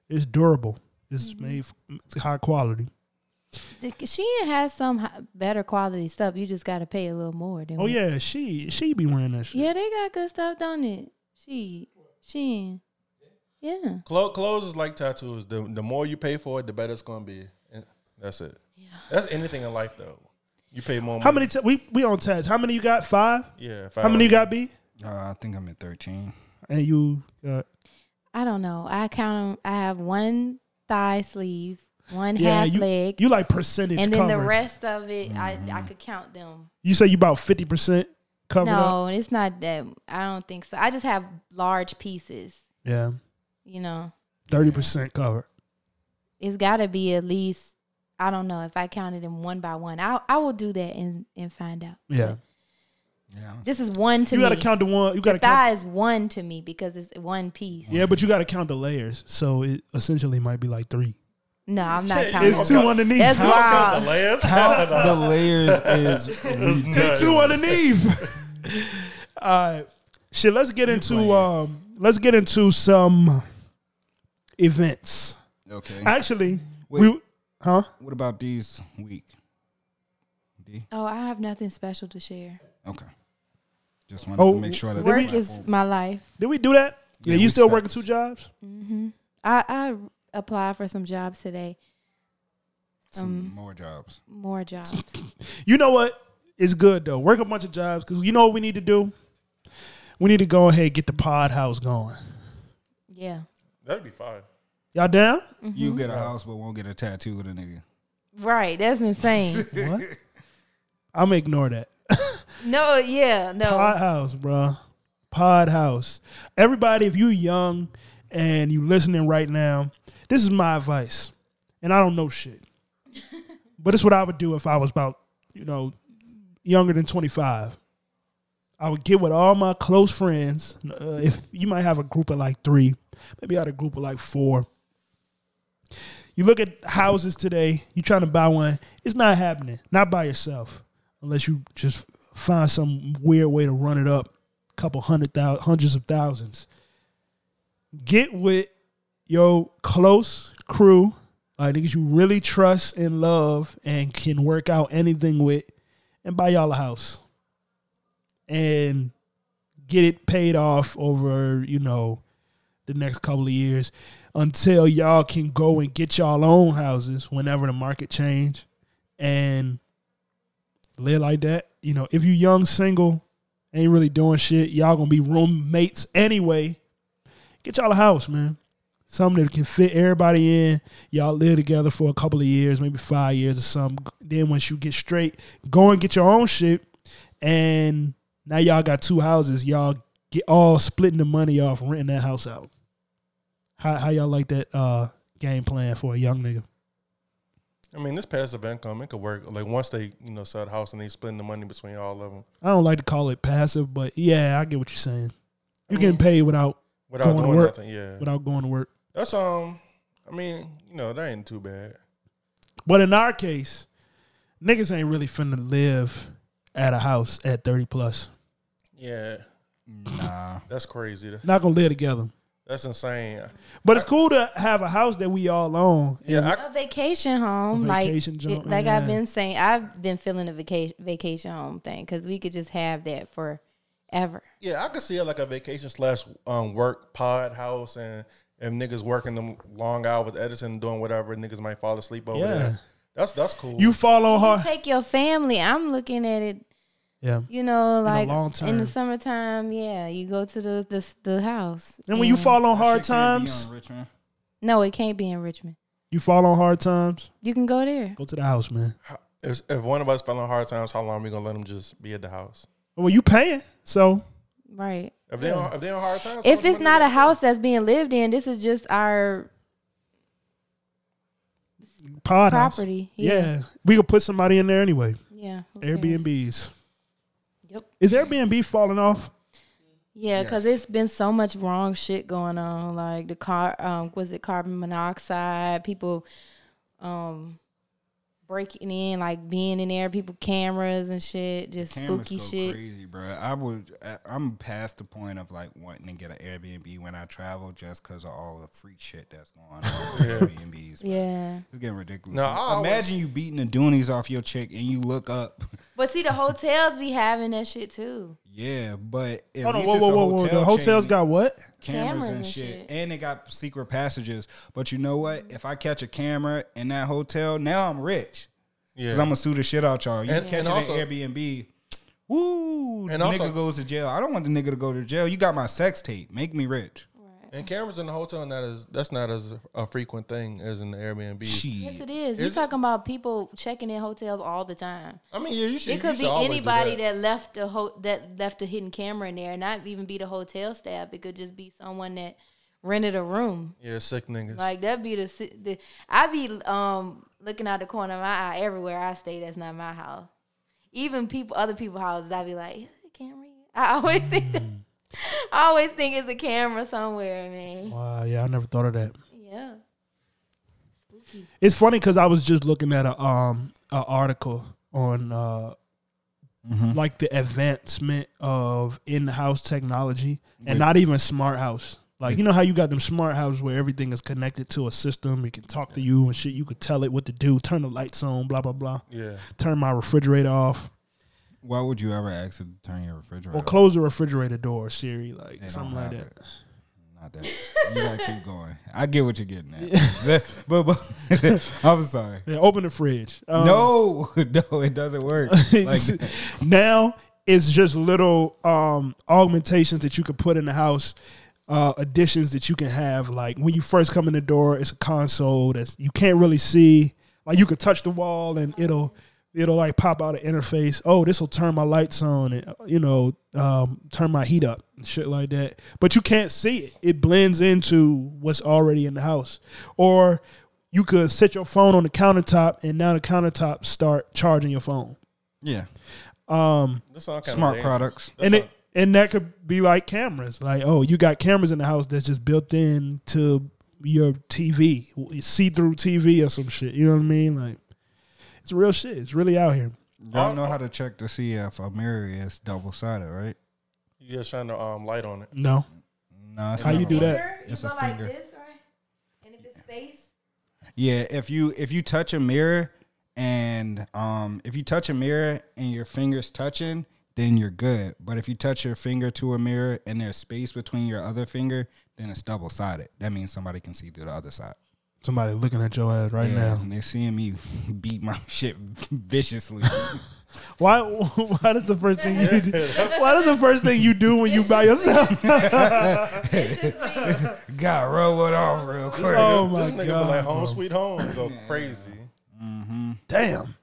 it's durable. It's
Mm-hmm.
made for it's high quality.
Shein has some hi- better quality stuff. You just got to pay a little more. Than
Oh
what-
yeah, she she be wearing that shit.
Mm-hmm. Yeah, they got good stuff, don't it? She, Shein. Yeah.
Clo- clothes is like tattoos. The the more you pay for it, the better it's gonna be. And that's it. That's anything in life though. You pay more.
How many
money-
ta- we we on tats? How many you got? Five.
Yeah.
How many you got? B
Uh, I think I'm at thirteen.
and you. Uh,
I don't know. I count 'em- I have one thigh sleeve, one
yeah,
half
you
leg,
you like percentage
and then the
covered. Mm-hmm.
rest of it, I, I could count them.
You say you about fifty percent covered up.
No, it's not that. I don't think so. I just have large pieces,
Yeah,
you know.
thirty percent covered.
It's got to be at least, I don't know, if I counted them one by one. I, I will do that and, and find out.
Yeah,
Yeah.
This is one to
you
me.
got to count the one. You got to
the
count.
thigh is one to me because it's one piece.
Yeah, but you got to count the layers. So it essentially might be like three.
No, I'm not counting.
It's two underneath.
That's
Huh?
Got
wild.
the last.
Count the layers is
It's two underneath. All right, shit. Let's get into um. Let's get into some events.
okay.
Actually, we
Wait.
huh?
What about these week? D.
Oh, I have nothing special to share.
Okay. Just wanted
Oh,
to make sure that
Work is my life.
Did we do that? Yeah,
Yeah,
you
we
still
stopped.
working two jobs?
I, I applied for some jobs today,
um,
some more jobs.
more jobs.
You know what? It's good though. Work a bunch of jobs because you know what we need to do. We need to go ahead and get the pod house going.
yeah.
That'd be fine.
Y'all down?
You get a house but won't get a tattoo with a nigga.
Right. That's insane.
What? I'm gonna ignore that.
no, yeah, no.
Pod House, bro. Pod House. Everybody, if you young and you listening right now, this is my advice. And I don't know shit. but it's what I would do if I was about, you know, younger than 25. I would get with all my close friends. Uh, if you might have a group of like three, maybe I had a group of like four. You look at houses today, you're trying to buy one, it's not happening. Not by yourself. Unless you just find some weird way to run it up couple hundred thousand, hundreds of thousands. Get with your close crew, like niggas you really trust and love and can work out anything with, and buy y'all a house. And get it paid off over, you know, the next couple of years until y'all can go and get y'all own houses whenever the market change and live like that. You know, if you young, single, ain't really doing shit, y'all gonna be roommates anyway. Get y'all a house, man. Something that can fit everybody in. Y'all live together for a couple of years, maybe five years or something. Then once you get straight, go and get your own shit. And now y'all got two houses. Y'all get all splitting the money off renting that house out. How how y'all like that uh, game plan for a young nigga?
I mean, this passive income it could work. Like once they you know sell the house and they splitting the money between all of them
I don't like to call it passive, but yeah, I get what you're saying. You're getting
mean-
paid without
without
Going to
doing
work.
nothing. Yeah,
without going to work.
that's um. I mean, you know, that ain't too bad.
But in our case, niggas ain't really finna live at a house at 30 plus.
Yeah,
Nah.
that's crazy. That-
Not gonna live together.
That's insane.
But it's cool to have a house that we all own.
Yeah, I,
A vacation home,
A
like
vacation
it-
joint,
like I've
yeah.
been saying, I've been feeling the vacation vacation home thing because we could just have that forever.
Yeah, I could see it like a vacation slash um, work pod house, and if niggas working them long hours, Edison doing whatever, niggas might fall asleep
Oh,
over
Yeah.
there. That's that's cool.
You fall on
You
hard.
take your family. I'm looking at it,
Yeah.
you know, like
long
in
term.
the summertime. Yeah, you go to the the, the house.
And when you fall on
That
hard
shit can't be
times,
on Richmond.
no, it can't be in Richmond.
you fall on hard times,
You can go there.
go to the house, man.
How- if, if one of us fell on hard times, how long we gonna let them just be at the house?
Well, you paying. So
Right.
If they on, if they on hard times, how
If
much
it's
money
not
they
a
got?
house that's being lived in, this is just our
pod house.
property.
Yeah. We could put somebody in there anyway.
Yeah. who cares?
Airbnbs.
Yep.
Is Airbnb falling off?
Yeah, because
Yes.
it's been so much wrong shit going on. Like the car, um, was it carbon monoxide? People, um, breaking in, like being in there. People cameras and shit, just
Cameras
spooky
go
shit.
crazy, bro. I would. I, I'm past the point of like wanting to get an Airbnb when I travel, just because of all the freak shit that's going on with Airbnbs. bro.
Yeah,
It's getting ridiculous.
No, I always-
Imagine you beating the doonies off your chick and you look up.
but see, the hotels be having that shit too.
Yeah, but at
Hold on,
least
whoa,
it's
whoa,
a
whoa, whoa.
hotel
The hotel's
chain,
got what?
cameras,
Cameras
and,
and
shit.
shit.
and they got secret passages. But you know what? If I catch a camera in that hotel, now I'm rich.
Yeah,
Cause I'm gonna sue the shit out y'all. You
And-
catch
and
it
also-
at Airbnb. Woo!
And
the
also-
nigga goes to jail. I don't want the nigga to go to jail. You got my sex tape. Make me rich.
and cameras in the hotel not as that's not as a frequent thing as in the Airbnb.
Yes,
Shit.
it is. You're
Is it-
talking about people checking in hotels all the time.
I mean, yeah, you should.
It could be
you should always do
anybody
that.
that. left the ho- that left a hidden camera in there, and not even be the hotel staff. It could just be someone that rented a room.
Yeah, sick niggas.
Like that be the, si- the I be um looking out the corner of my eye everywhere I stay. That's not my house. Even people, other people's houses, I be like, is it a camera? here?" I always think that.
Mm.
I always think it's a camera somewhere, man.
Wow, yeah, I never thought of that.
Yeah.
It's funny because I was just looking at a um a article on uh
Mm-hmm.
like the advancement of in house technology and not even smart house. Like you know how you got them smart houses where everything is connected to a system. It can talk to you and shit. You could tell it what to do. Turn the lights on. Blah blah blah.
yeah,
Turn my refrigerator off
Why would you ever ask to turn your refrigerator?
or
off?
close the refrigerator door, Siri, like
They don't
something like
have
that.
it. Not that. You gotta keep going. I get what you're getting at. but, but I'm sorry.
Yeah, open the fridge. Um,
no, no, it doesn't work. Like that.
now it's just little um, augmentations that you can put in the house, uh, additions that you can have. Like when you first come in the door, it's a console that's you can't really see. Like you could touch the wall and it'll it'll like pop out an interface. Oh, this will turn my lights on and uh, you know um, turn my heat up and shit like that. But you can't see it. It blends into what's already in the house. Or you could set your phone on the countertop and now the countertop start charging your phone.
yeah,
that's all kind
smart
of
products.
and it and that could be like cameras. Like, oh, you got cameras in the house that's just built in to your TV, see through TV or some shit. You know what I mean? Like, it's real shit. It's really out here.
Y'all know how to check to see if a mirror is double sided, right?
You just shine the um, light on it.
No.
No, it's
How
not
you
a
do
light.
that?
You
It's
go
a
like
finger.
this, right? And if it's space,
Yeah, if you if you touch a mirror and um if you touch a mirror and your fingers touching, then you're good. But if you touch your finger to a mirror and there's space between your other finger, then it's double sided. That means somebody can see through the other side.
Somebody looking at your ass right
Yeah,
now.
and they're seeing me beat my shit viciously.
Why? Why does the first thing you do? Why does the first thing you do when you by yourself?
it's just like,
Got roll it off real quick.
Oh my
This nigga be like
god!
home sweet home, go crazy.
Damn.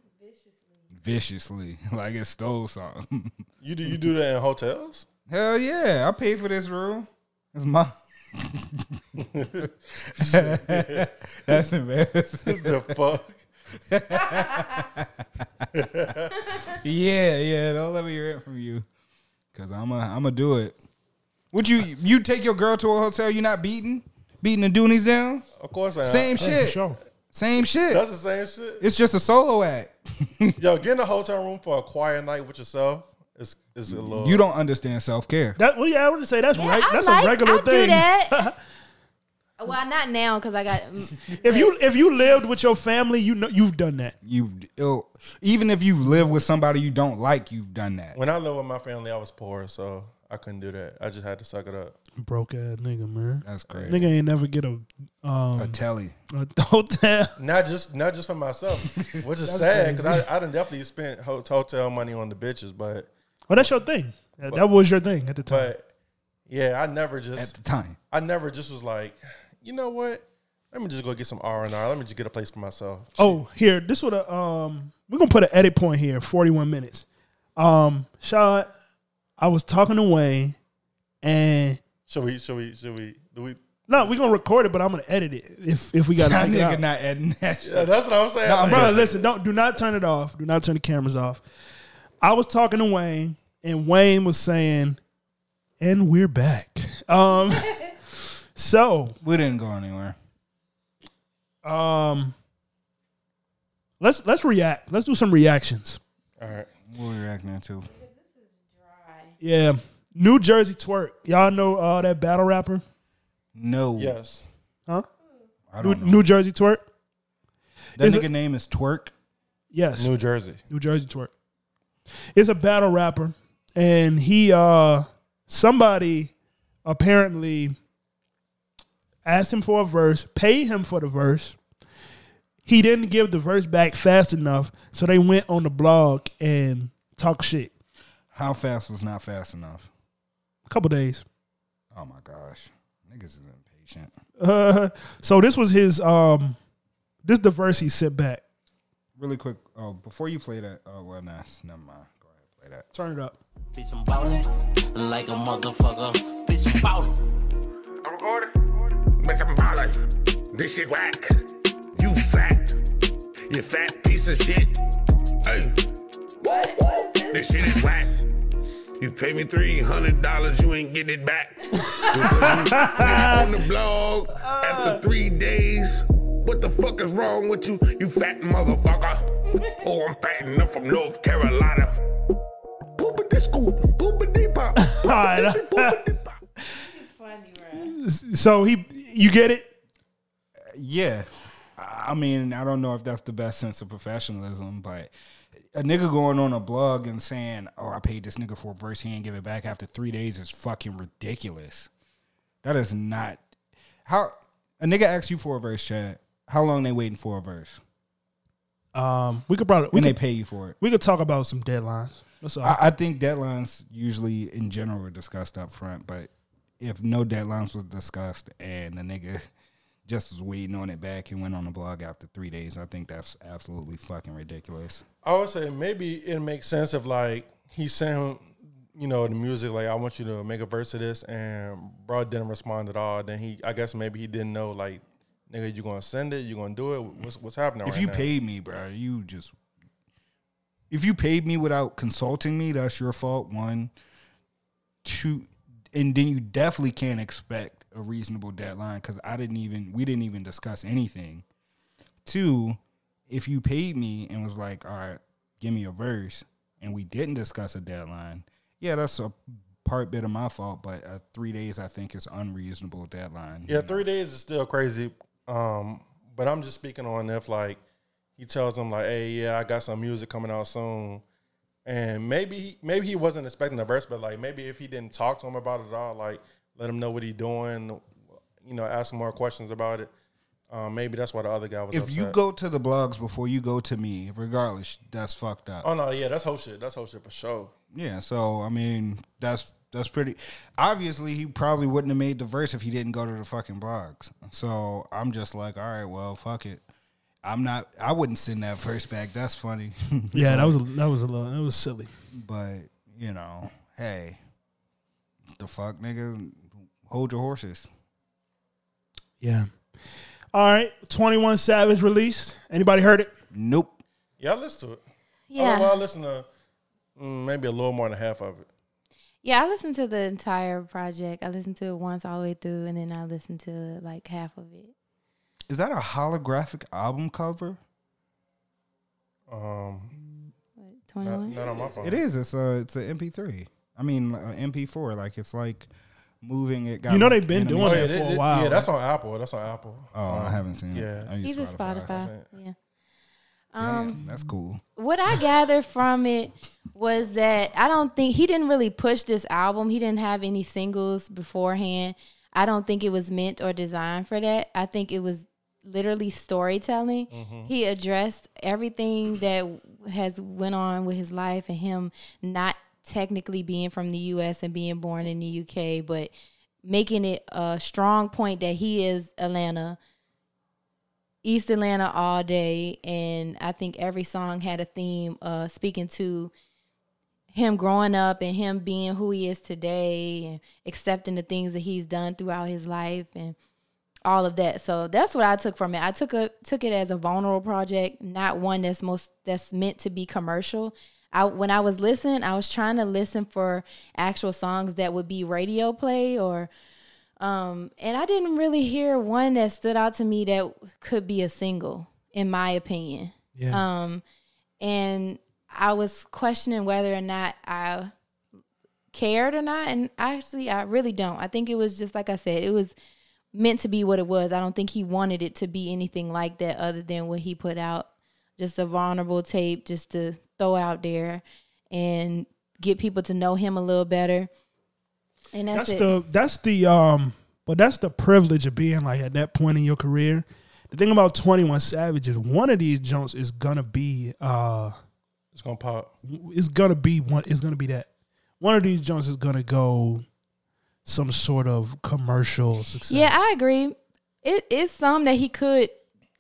Viciously, like it stole something.
You do you do that in hotels?
Hell yeah, I paid for this room. It's my. That's embarrassing.
the fuck?
Yeah, yeah. Don't let me hear it from you, cause I'm a, I'm gonna do it. Would you, you take your girl to a hotel? You not beating, beating the Doonies down?
Of course I am.
Same
For
shit.
sure.
Same shit.
That's the same shit.
It's just a solo act.
Yo, get in a hotel room for a quiet night with yourself is is a little
You don't understand self care.
That well, yeah, I would say that's
yeah,
right.
I
That's
like-
a regular
I'll
thing.
Do that. well, not now because I got. mm.
If you if you lived with your family, you know you've done that.
You, it'll- even if you've lived with somebody you don't like, you've done that.
When I lived with my family, I was poor, so I couldn't do that. I just had to suck it up.
Broke ass nigga, man.
That's crazy.
Nigga ain't never get a um
A telly.
a hotel.
Not just not just for myself, which is sad because I, I done definitely spent ho- hotel money on the bitches, but
Well, that's your thing. That, that was your thing at the time.
but yeah, I never
at
just
the time.
I never just was like, you know what? Let me just go get some R and R. Let me just get a place for myself.
Oh, here, this would um we're gonna put an edit point here, 41 minutes. Um, Shad, I was talking to Wayne and
Should we? Should we? Should we? Do we?
no, we're gonna record it, but I'm gonna edit it if if we gotta
That
take it
nigga
out.
not adding that shit.
Yeah, that's what I'm saying.
Nah,
Like,
bro.
Bro, listen, don't do not turn it off. Do not turn the cameras off. I was talking to Wayne, and Wayne was saying, and we're back. Um so
We didn't go anywhere.
um let's let's react. Let's do some reactions.
all right.
What were you acting to?
Yeah. New Jersey twerk. Y'all know uh, that battle rapper?
No.
Yes.
Huh?
I
New,
don't know.
New Jersey twerk?
that
is
nigga
it-
name is Twerk.
Yes. New,
New Jersey.
Jersey twerk. It's a battle rapper. And he uh somebody apparently asked him for a verse, paid him for the verse. He didn't give the verse back fast enough, so they went on the blog and talk shit.
How fast was not fast enough?
A couple days.
Oh my gosh. Niggas is impatient.
so this was his um this the verse he sent back.
Really quick, oh, before you play that, oh, well, nah, s- never mind. Go ahead, play that.
Turn it up.
Bitch, I'm ballin' like a motherfucker. Bitch, I'm ballin'.
I'm recording. Bitch, I'm ballin'. This shit whack. You fat. You fat piece of shit. Hey. This shit is whack. You pay me three hundred dollars, you ain't getting it back. on the blog after three days. What the fuck is wrong with you, you fat motherfucker? Oh, I'm fat enough from North Carolina. Poop a scoop, poop a deep pop,
Alright.
poop a pop.
So he, you get it?
Yeah. I I mean, I don't know if that's the best sense of professionalism, but a nigga going on a blog and saying, oh, I paid this nigga for a verse, he ain't give it back after three days is fucking ridiculous. That is not how a nigga asks you for a verse, Chad. How long they waiting for a verse?
Um, we could probably we
When they
could,
pay you for it?
we could talk about some deadlines. That's all.
I, I think deadlines usually in general are discussed up front, but if no deadlines was discussed and the nigga just was waiting on it back and went on the blog after three days, I think that's absolutely fucking ridiculous.
I would say maybe it makes sense if like he sent him, you know, the music like I want you to make a verse of this, and bro didn't respond at all. Then he, I guess maybe he didn't know like, nigga, you gonna send it, you gonna do it. What's what's happening?
if
right
you
now?
paid me, bro, you just if you paid me without consulting me, that's your fault. One, two, and then you definitely can't expect a reasonable deadline because I didn't even we didn't even discuss anything. Two, if you paid me and was like, all right, give me a verse, and we didn't discuss a deadline, yeah, that's a part bit of my fault, but uh, three days I think is unreasonable deadline.
Yeah, three days is still crazy. Um, but I'm just speaking on if like he tells him like, "Hey, yeah, I got some music coming out soon," and maybe maybe he wasn't expecting the verse, but like maybe if he didn't talk to him about it at all, like let him know what he's doing, you know, ask him more questions about it. Um, maybe that's why the other guy was.
If
upset.
you go to the blogs before you go to me, regardless, that's fucked up.
oh no, yeah, that's whole shit. That's whole shit for sure.
Yeah, so I mean, that's that's pretty. Obviously, he probably wouldn't have made the verse if he didn't go to the fucking blogs. So I'm just like, all right, well, fuck it. I'm not. I wouldn't send that verse back. That's funny,
Yeah, that was a, that was a little that was silly.
but you know, hey, the fuck, nigga, hold your horses.
Yeah. All right, Twenty One Savage released. Anybody heard it?
Nope.
Yeah, I listen to it.
Oh,
Yeah.
Although I listen to mm, maybe a little more than half of it.
Yeah, I listened to the entire project. I listened to it once all the way through, and then I listened to like half of it.
Is that a holographic album cover?
Um,
What,
not,
21?
not on my
Oh.
phone.
It is. It's a it's an MP3. I mean, uh, MP4. Like it's like moving. It got.
You know
like
they've been doing
Oh,
animation.
yeah,
For a
it- it-
while.
yeah, that's on Apple. That's on Apple.
Oh, I haven't seen it.
yeah.
I use
He's a Spotify.
Spotify.
Yeah.
Damn,
Um,
that's cool.
what I gathered from it was that I don't think he didn't really push this album. He didn't have any singles beforehand. I don't think it was meant or designed for that. I think it was literally storytelling. He addressed everything that has went on with his life and him not technically being from the US and being born in the UK, but making it a strong point that he is Atlanta. East Atlanta all day, and I think every song had a theme uh, speaking to him growing up and him being who he is today and accepting the things that he's done throughout his life and all of that. So that's what I took from it. I took a took it as a vulnerable project, not one that's most that's meant to be commercial. I when I was listening, I was trying to listen for actual songs that would be radio play or um, and I didn't really hear one that stood out to me that could be a single, in my opinion.
Yeah.
Um, and I was questioning whether or not I cared or not, and actually, I really don't. I think it was just like I said, it was meant to be what it was. I don't think he wanted it to be anything like that, other than what he put out, just a vulnerable tape, just to throw out there and get people to know him a little better. And that's,
That's
it.
the that's the um, but that's the privilege of being like at that point in your career. The thing about Twenty One Savage is one of these jumps is gonna be uh,
It's gonna pop.
it's gonna be one. It's gonna be that one of these jumps is gonna go some sort of commercial success.
Yeah, I agree. It is some that he could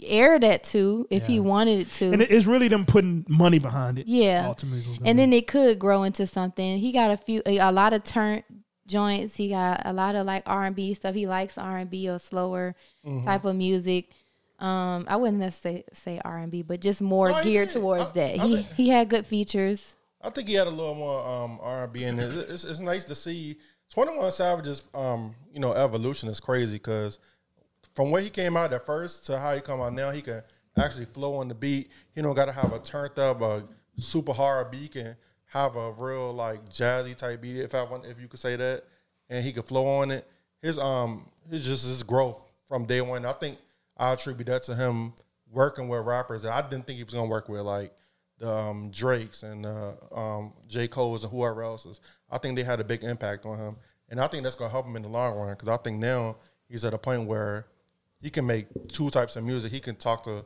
air that to if he
Yeah.
wanted it to.
and it- it's really them putting money behind it.
Yeah.
ultimately. is what's gonna
and
be.
then it could grow into something. He got a few, a lot of turn joints. He got a lot of like R and B stuff. He likes R and B or slower type of music. Um, I wouldn't necessarily say R and B, but just more
No, he
geared
did.
towards
I-
that.
I
he
think-
he had good features.
I think he had a little more um, R and B in it. It's, it's nice to see Twenty One Savage's um, you know evolution is crazy because from where he came out at first to how he come out now, he can actually flow on the beat. He don't gotta have a turned up a super hard beat. He can have a real like jazzy type beat if I want, if you could say that, and he could flow on it. His um, it's just his growth from day one. I think I attribute that to him working with rappers that I didn't think he was gonna work with, like the um, Drakes and uh, um, J. Cole's and whoever else's. I think they had a big impact on him, and I think that's gonna help him in the long run because I think now he's at a point where he can make two types of music. He can talk to,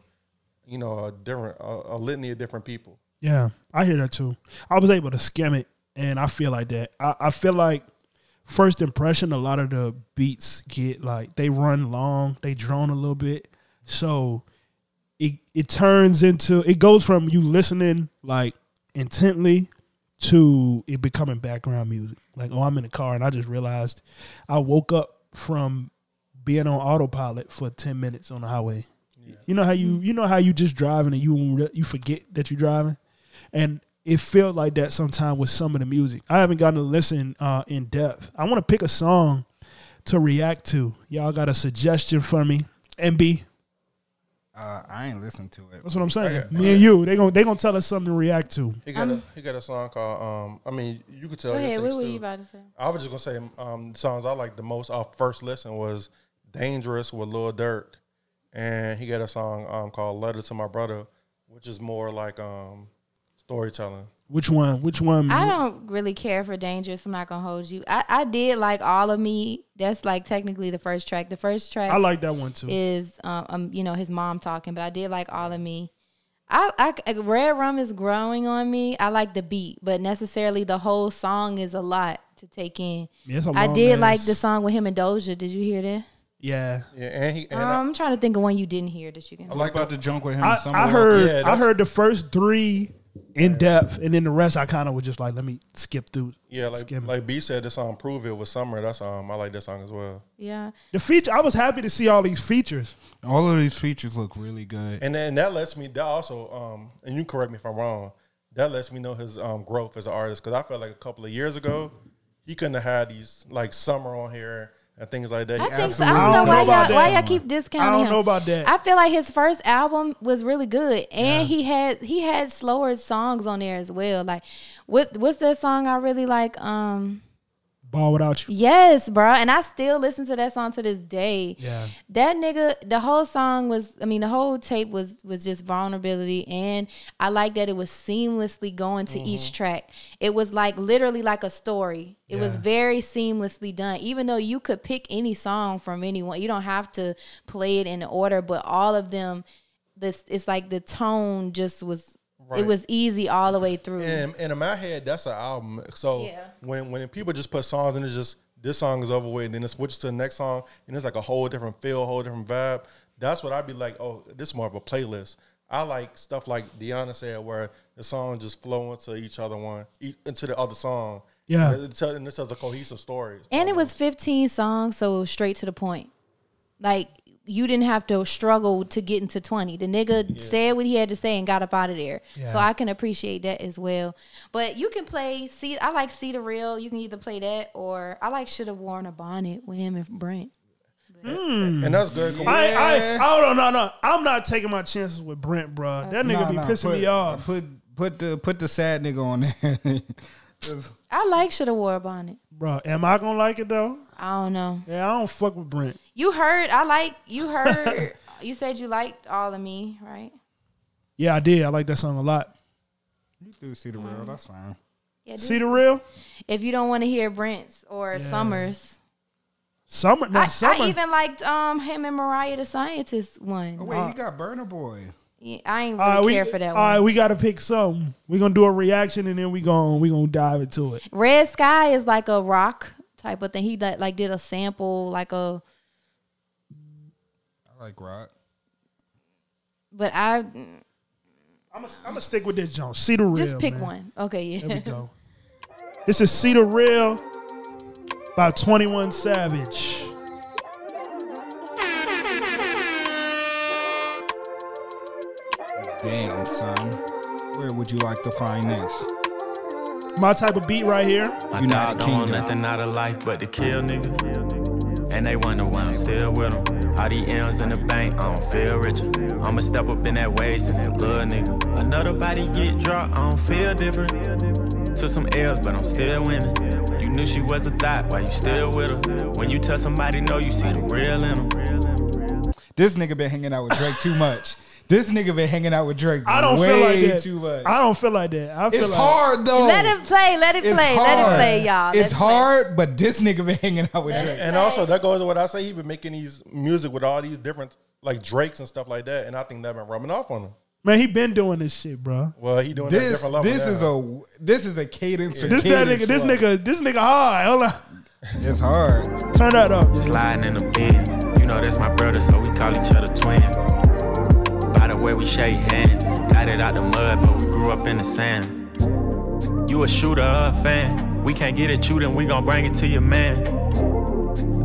you know, a different a, a litany of different people.
Yeah, I hear that too. I was able to skim it, and I feel like that. I, I feel like first impression, a lot of the beats get like they run long, they drone a little bit, so it it turns into it goes from you listening like intently to it becoming background music. Like, oh, I'm in the car, and I just realized I woke up from being on autopilot for ten minutes on the highway. You know how you you know how you just driving and you won't re- you forget that you're driving, and it feels like that sometimes with some of the music. I haven't gotten to listen uh, in depth. I want to pick a song to react to. Y'all got a suggestion for me? MB,
Uh, I ain't listened to it.
That's what I'm saying.
Okay.
Me and you, they gonna they gonna tell us something to react to.
He got a he got a song called um. I mean, you could tell.
Go
your
ahead. What
taste
were
too.
you about to say?
I was just gonna say um songs I liked the most off first listen was "Dangerous" with Lil Durk, and he got a song um called "Letter to My Brother," which is more like um storytelling.
Which one? Which one?
I don't really care for Dangerous. I'm not gonna hold you. I, I did like all of me. That's like technically the first track. The first track
I like that one too.
is um, um you know his mom talking, but I did like all of me. I, I Red Rum is growing on me. I like the beat, but necessarily the whole song is a lot to take in.
Yeah, it's a
I
long
did like
ass-
the song with him and Doja. Did you hear that?
Yeah,
Yeah, and he and
Um, I'm trying to think of one you didn't hear that you can.
I, I
What
like
about the junk with him?
I,
and Summer
I
Walker?
heard
Yeah,
I
that's-
heard the first three in depth, and then the rest I kind of was just like, let me skip through.
yeah like
skim.
like B said the song "Prove It" with Summer. That's um I like that song as well.
Yeah,
The feature I was happy to see all these features.
All of these features look really good.
And then that lets me that also um and you correct me if I'm wrong. That lets me know his um growth as an artist because I felt like a couple of years ago he couldn't have had these like summer on here and things like that.
I
He
think so.
absolutely
I
I
don't know
don't
why
know about
y'all why y'all
that.
keep discounting.
I don't
him.
know about that.
I feel like his first album was really good, and he had he had slower songs on there as well. Like, what what's that song I really like? Um,
Ball without you.
yes, bro, and I still listen to that song to this day.
Yeah.
That nigga, the whole song was, I mean, the whole tape was was just vulnerability, and I like that it was seamlessly going to each
Mm-hmm.
track. It was like literally like a story. It was
Yeah.
very seamlessly done. Even though you could pick any song from anyone, you don't have to play it in order. But all of them, this it's like the tone just was. It
Right.
was easy all the way through.
And, and in my head, that's an album. So
Yeah.
when when people just put songs and it's just this song is over with, and then it switches to the next song, and it's like a whole different feel, whole different vibe. That's what I'd be like. Oh, this is more of a playlist. I like stuff like Deanna said, where the songs just flow into each other one, e- into the other song.
Yeah.
and it tell- and this tells a cohesive story.
And it was 15 songs, so it was straight to the point. Like you didn't have to struggle to get into 20. The nigga said what he had to say and got up out of there. So
Yeah.
I can appreciate that as well. But you can play see I like see the real. You can either play that or I like should have worn a bonnet with him and Brent.
Hmm.
and that's good.
I, I, I don't know, no, I'm not taking my chances with Brent, bro. That nigga
Nah,
be
nah,
pissing
put-
me off.
Put put the put the sad nigga on there.
I like should have wore a bonnet.
Bro, am I gonna like it though?
I don't know.
Yeah, I don't fuck with Brent.
You heard I like you heard you said you liked all of me, right?
Yeah, I did. I like that song a lot.
you do see the real? That's fine.
Yeah,
See
dude.
the real
If you don't want to hear Brent's or Summers,
summer. Now
I,
summer.
I even liked um him and Mariah the Scientist one.
Oh wait,
Uh,
you got Burner Boy.
Yeah, I ain't
All
really
right, Uh, we-
care for that
all right,
one.
we gotta pick something. We're gonna do a reaction and then we going we gonna dive into it.
Red Sky is like a rock type of thing. He like, like did a sample like a,
I like rock.
but I mm,
I'm gonna I'm stick with this Jones. See the real.
just pick
man.
one. Okay, yeah.
There we go. This is See the Real by 21 Savage.
Damn son, where would you like to find this?
My type of beat right here.
My
United
dog don't want
Kingdom.
nothing out of life but to kill niggas. And they wonder why I'm still with them. All these M's in the bank, I don't feel richer. I'ma step up in that way since a little nigga. Another body get dropped, I don't feel different. Took some L's, but I'm still winning. You knew she was a thought, why you still with her? When you tell somebody no, you see the real in 'em.
This nigga been hanging out with Drake too much. This nigga been hanging out with Drake.
I don't
way
feel like that.
too much.
I don't feel like that. I feel
it's
like
hard though.
Let it play. Let it
It's
play.
hard.
Let it play, y'all. Let
It's
it play.
hard, but this nigga been hanging out with Drake.
And also that goes to what I say. He been making these music with all these different like Drakes and stuff like that, and I think that been rubbing off on him.
man, he been doing this shit, bro.
Well, he doing that
This
different level.
this
now.
is a this is a cadence. for
This that
cadence
nigga, this
bro.
nigga, this nigga hard. Hold on.
It's hard.
Turn that up.
Sliding in the bins. You know that's my brother, so we call each other twins. By the way we shake hands, got it out the mud, but we grew up in the sand. You a shooter, or a fan. We can't get at you, then we gon' bring it to your man.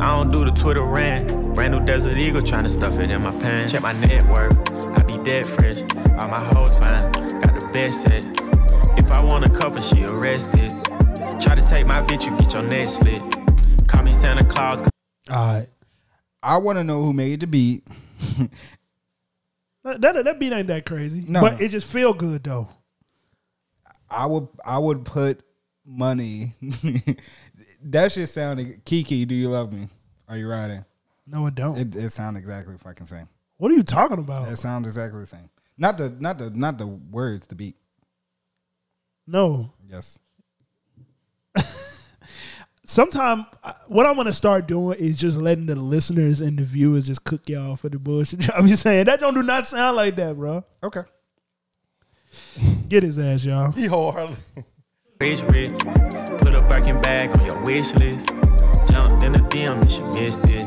I don't do the Twitter rant. Brand new Desert Eagle, tryna stuff it in my pants. Check my network, I be dead fresh. All my hoes fine, got the best sex. If I want to cover, she arrested. Try to take my bitch, you get your neck slit. Call me Santa Claus,
All right.
I want to know who made the beat.
That, that that beat ain't that crazy.
No,
but
no.
it just feel good though.
I would I would put money. that shit sounded Kiki. Do you love me? Are you riding?
No, it don't.
It it sounds exactly the fucking same.
what are you talking about?
It sounds exactly the same. Not the not the not the words. The beat.
No.
Yes.
Sometime I- what I'm gonna start doing is just letting the listeners and the viewers just cook y'all for the bullshit. I be saying that don't do not sound like that, bro.
Okay.
Get his ass, y'all.
He wholeheartedly.
Rich, rich. Put a Birkin bag on your wish list. Jumped in the DM and she missed it.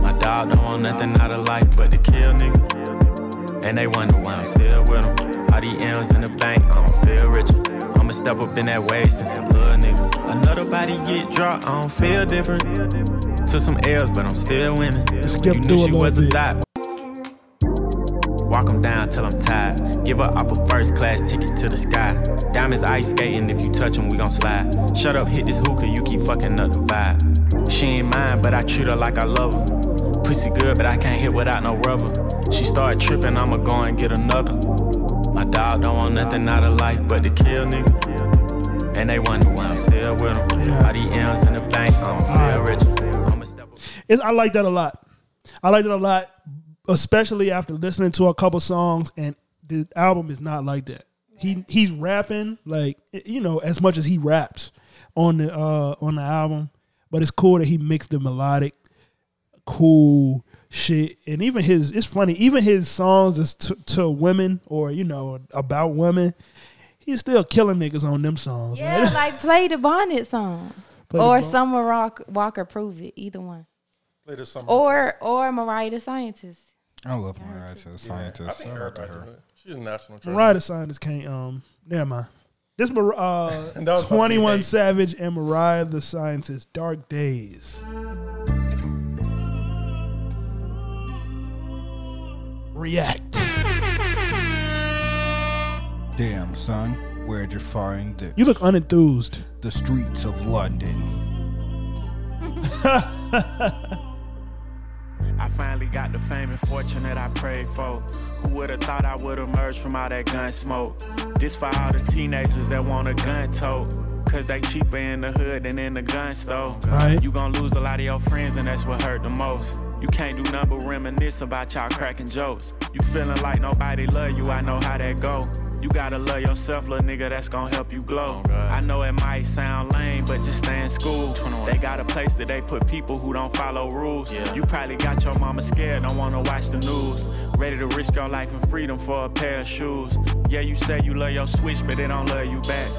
My dog don't want nothing out of life but to kill niggas. And they wonder why I'm still with them. All the M's in the bank, I don't feel richer. I'ma step up in that way since I'm little nigga. Another body get dropped, I don't feel different. Took some L's, but I'm still winning.
skip
you
through
knew
a
she
little
was a
bit.
thought. Walk 'em down till I'm tired. Give her up a first class ticket to the sky. Diamonds ice skating, if you touch 'em, we gon' slide. Shut up, hit this hookah, you keep fucking up the vibe. She ain't mine, but I treat her like I love her. Pussy good, but I can't hit without no rubber. She start tripping, I'ma go and get another. My dog don't want nothing out of life but to kill niggas. And they wonder why I'm still with 'em. All the M's in the bank, I don't feel rich. I'ma step up.
It's, I like that a lot. I like that a lot, especially after listening to a couple songs and the album is not like that. He he's rapping like you know as much as he raps on the uh, on the album, but it's cool that he mixed the melodic, cool shit, and even his it's funny even his songs is to, to women or you know about women. He's still killing niggas on them songs. man.
Yeah, like play the Bonnet song
Play the
or
Bon-
Summer Rock Walker Prove It, either one.
Play this summer.
Oh,
Or or Mariah the Scientist.
I love Mariah Carey.
I
Scientist.
think
Shout out to
everybody
her.
knew it. She's a national treasure.
Mariah the Scientist can't. Um, never mind. This Mar-
That
uh,
was fucking
Twenty One
hate.
Savage and Mariah the Scientist, Dark Days. React.
Damn son, where'd you find the,
You look unenthused.
the streets of London?
I finally got the fame and fortune that I prayed for. Who would've thought I would emerge from all that gun smoke? This for all the teenagers that want a gun tote. Cause they cheaper in the hood than in the gun store.
Right.
You gon' lose a lot of your friends, and that's what hurt the most. You can't do nothing but reminisce about y'all cracking jokes. You feeling like nobody love you, I know how that go. You gotta love yourself, little nigga, that's gonna help you glow. I know it might sound lame, but just stay in school. They got a place that they put people who don't follow rules. You probably got your mama scared, don't wanna watch the news. Ready to risk your life and freedom for a pair of shoes. Yeah, you say you love your switch, but they don't love you back.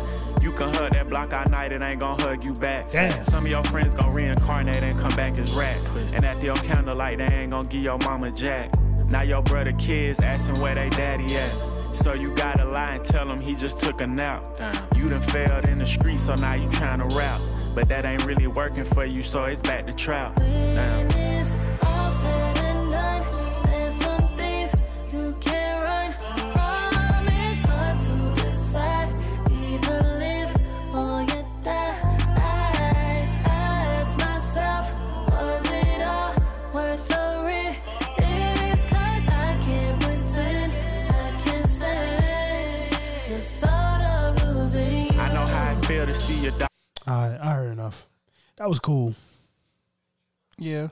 You can hug that block all night, it ain't gonna hug you back.
Damn.
Some of your friends gon' reincarnate and come back as rats. And at your candlelight, they ain't gon' give your mama jack. Now your brother kids asking where they daddy at. So you gotta lie and tell him he just took a nap. You done failed in the street, so now you tryna rap. But that ain't really working for you, so it's back to trap. Damn. I know how it feel to see your dog.
All right, I heard enough. That was cool.
Yeah.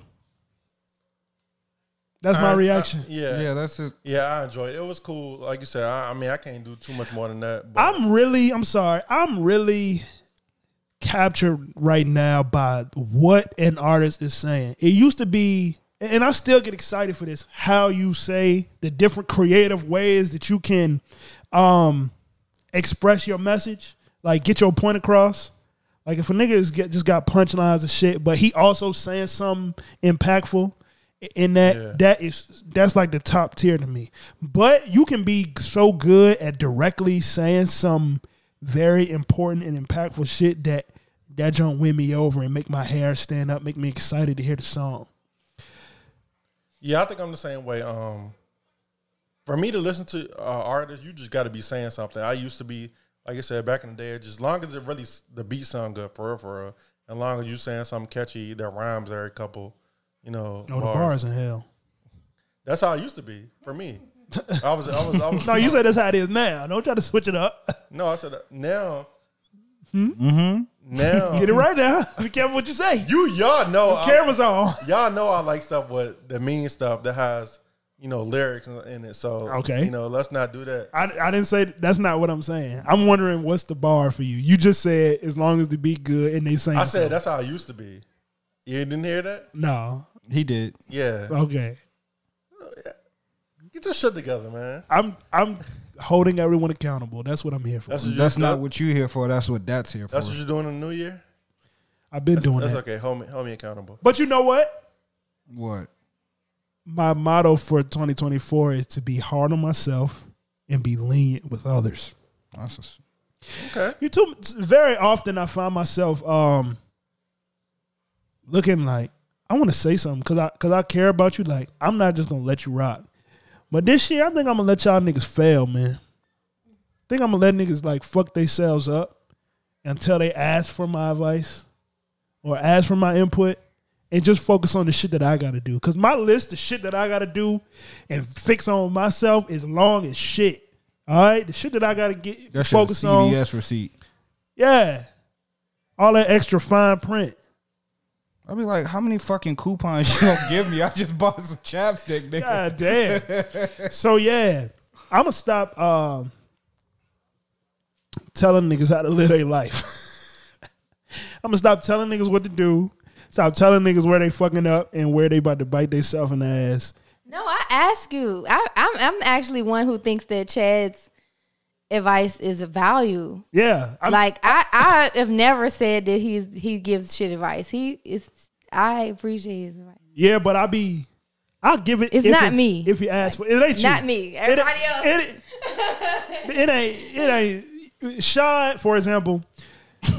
That's my
I- I-
reaction.
yeah.
Yeah,
yeah.
that's it.
I enjoyed it. It was cool. Like you said, I, I mean, I can't do too much more than that. But
I'm really, I'm sorry, I'm really captured right now by what an artist is saying. It used to be, and I still get excited for this, how you say the different creative ways that you can um, express your message, like get your point across. Like if a nigga is get, just got punchlines and shit, but he also saying something impactful in that that is that's like the top tier to me. But you can be so good at directly saying some very important and impactful shit that that don't win me over and make my hair stand up, make me excited to hear the song.
yeah, I think I'm the same way. Um, for me to listen to uh, artists, you just got to be saying something. I used to be, like I said, back in the day, just long as it really s- the beat sound good for real, for real, and long as you saying something catchy that rhymes every couple, you know,
Oh, the Oh, bars in hell.
That's how it used to be for me. I was, I was, I was.
No, you said that's how it is now. Don't try to switch it up.
No, I said uh, now. Mm-hmm. Now,
Hmm? Get it right now. Be careful what you say.
you y'all know I-
Cameras on.
y'all know I like stuff with the mean stuff that has you know lyrics in- in it. So
Okay.
you know, let's not do that.
I, I didn't say that's not what I'm saying. I'm wondering what's the bar for you. You just said as long as the beat good and they sing.
I said
something.
that's how I used to be. You didn't hear that?
no.
He did.
Yeah,
Okay,
get your shit together, man.
I'm I'm holding everyone accountable. That's what I'm here for.
That's what you,
That's not
that-
what you're here for. That's what that's here for.
That's what you're doing in the new year.
I've been doing
That's
that.
okay. Hold me, hold me accountable.
But you know what?
what?
My motto for 2024 is to be hard on myself and be lenient with others.
That's just,
You too very often I find myself um looking like I want to say something because I because I care about you. Like I'm not just gonna let you rock. But this year I think I'm gonna let y'all niggas fail, man. think I'm gonna let niggas like fuck themselves up until they ask for my advice or ask for my input. And just focus on the shit that I gotta do. Cause my list of shit that I gotta do and fix on myself is long as shit. All right? The shit that I gotta get
that should
focus
be
on.
CVS receipt.
Yeah. All that extra fine print.
I'd be like, how many fucking coupons you don't give me? I just bought some chapstick, nigga.
God damn. so yeah, I'ma stop um telling niggas how to live their life. I'ma stop telling niggas what to do. Stop telling niggas where they fucking up and where they about to bite themselves in the ass.
No, I ask you. I, I'm I'm actually one who thinks that Chad's advice is a value.
Yeah. I'm,
like I, I have never said that he's he gives shit advice. He is. I appreciate his advice.
yeah, but I be I'll give it
It's
if
not me.
If you ask for it ain't you.
Not
It-
me. Everybody else.
It, it ain't it ain't Shad, for example,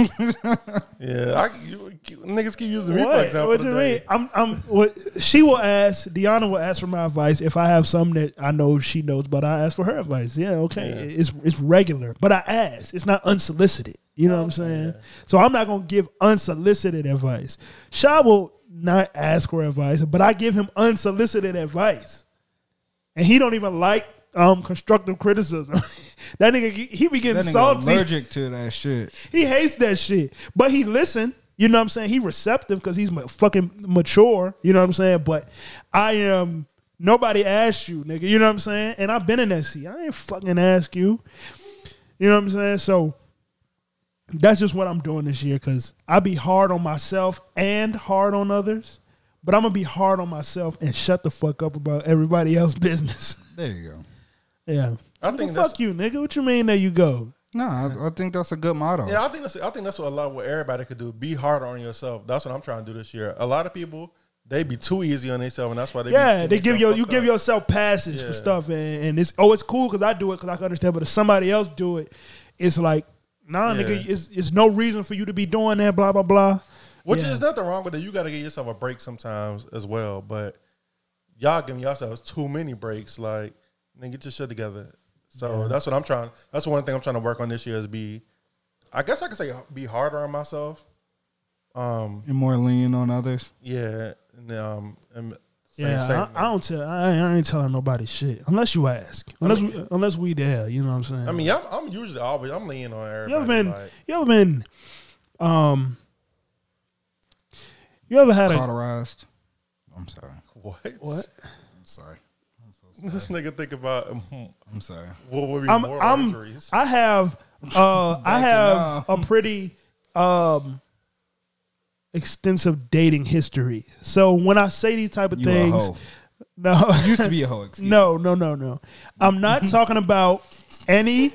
Yeah, I, you, you- niggas keep using me for
What?
example.
What you
today.
mean? I'm, I'm. What she will ask, Deanna will ask for my advice if I have some that I know she knows, but I ask for her advice. Yeah, okay, it's it's regular, but I ask. It's not unsolicited. You know what I'm
Oh,
saying? So I'm not gonna give unsolicited advice. Sha will not ask for advice, but I give him unsolicited advice, and he don't even like um constructive criticism. that nigga, he be getting
That nigga
salty
allergic to that shit.
he hates that shit. But he listen. You know what I'm saying? He receptive because he's ma- fucking mature. You know what I'm saying? But I am. Nobody asked you, nigga. You know what I'm saying? And I've been in that seat. I ain't fucking ask you. You know what I'm saying? So that's just what I'm doing this year because I be hard on myself and hard on others. But I'm gonna be hard on myself and shut the fuck up about everybody else's business.
There you go.
yeah.
I
Nigga,
think that's-
fuck you, nigga. What you mean there you go?
No, I, I think that's a good motto.
Yeah, I think that's I think that's what a lot what everybody could do. Be harder on yourself. That's what I'm trying to do this year. A lot of people they be too easy on themselves, and that's why they be
Yeah,
getting
they give
themselves
you you
fucked
give
up.
yourself passes for
Yeah.
stuff, and, and it's oh, it's cool because I do it because I can understand. But if somebody else do it, it's like nah,
Yeah.
nigga, it's, it's no reason for you to be doing that. Blah blah blah.
Which
Yeah.
is nothing wrong with it. You got to give yourself a break sometimes as well. But y'all giving yourselves too many breaks. Like, then get your shit together. So that's what I'm trying. That's one thing I'm trying to work on this year is be, I guess I could say be harder on myself. Um,
And more lean on others.
yeah, and um, and same,
yeah,
same.
I, I don't tell. I, ain't- I ain't telling nobody shit unless you ask. Unless we, unless we there, you know what I'm saying.
I mean, I'm, I'm usually always I'm leaning on everybody.
you ever been?
like,
you ever been? Um, you ever had a?
Cauterized. I'm sorry.
what?
What?
I'm sorry.
This nigga think about mm,
I'm sorry.
what would be
I'm,
more
I'm,
injuries.
I have, uh, I have
up.
a pretty um, extensive dating history. So when I say these type of
You a
things,
hoe.
no,
Used to be a hoe. Excuse me.
no, no, no, no. I'm not talking about any.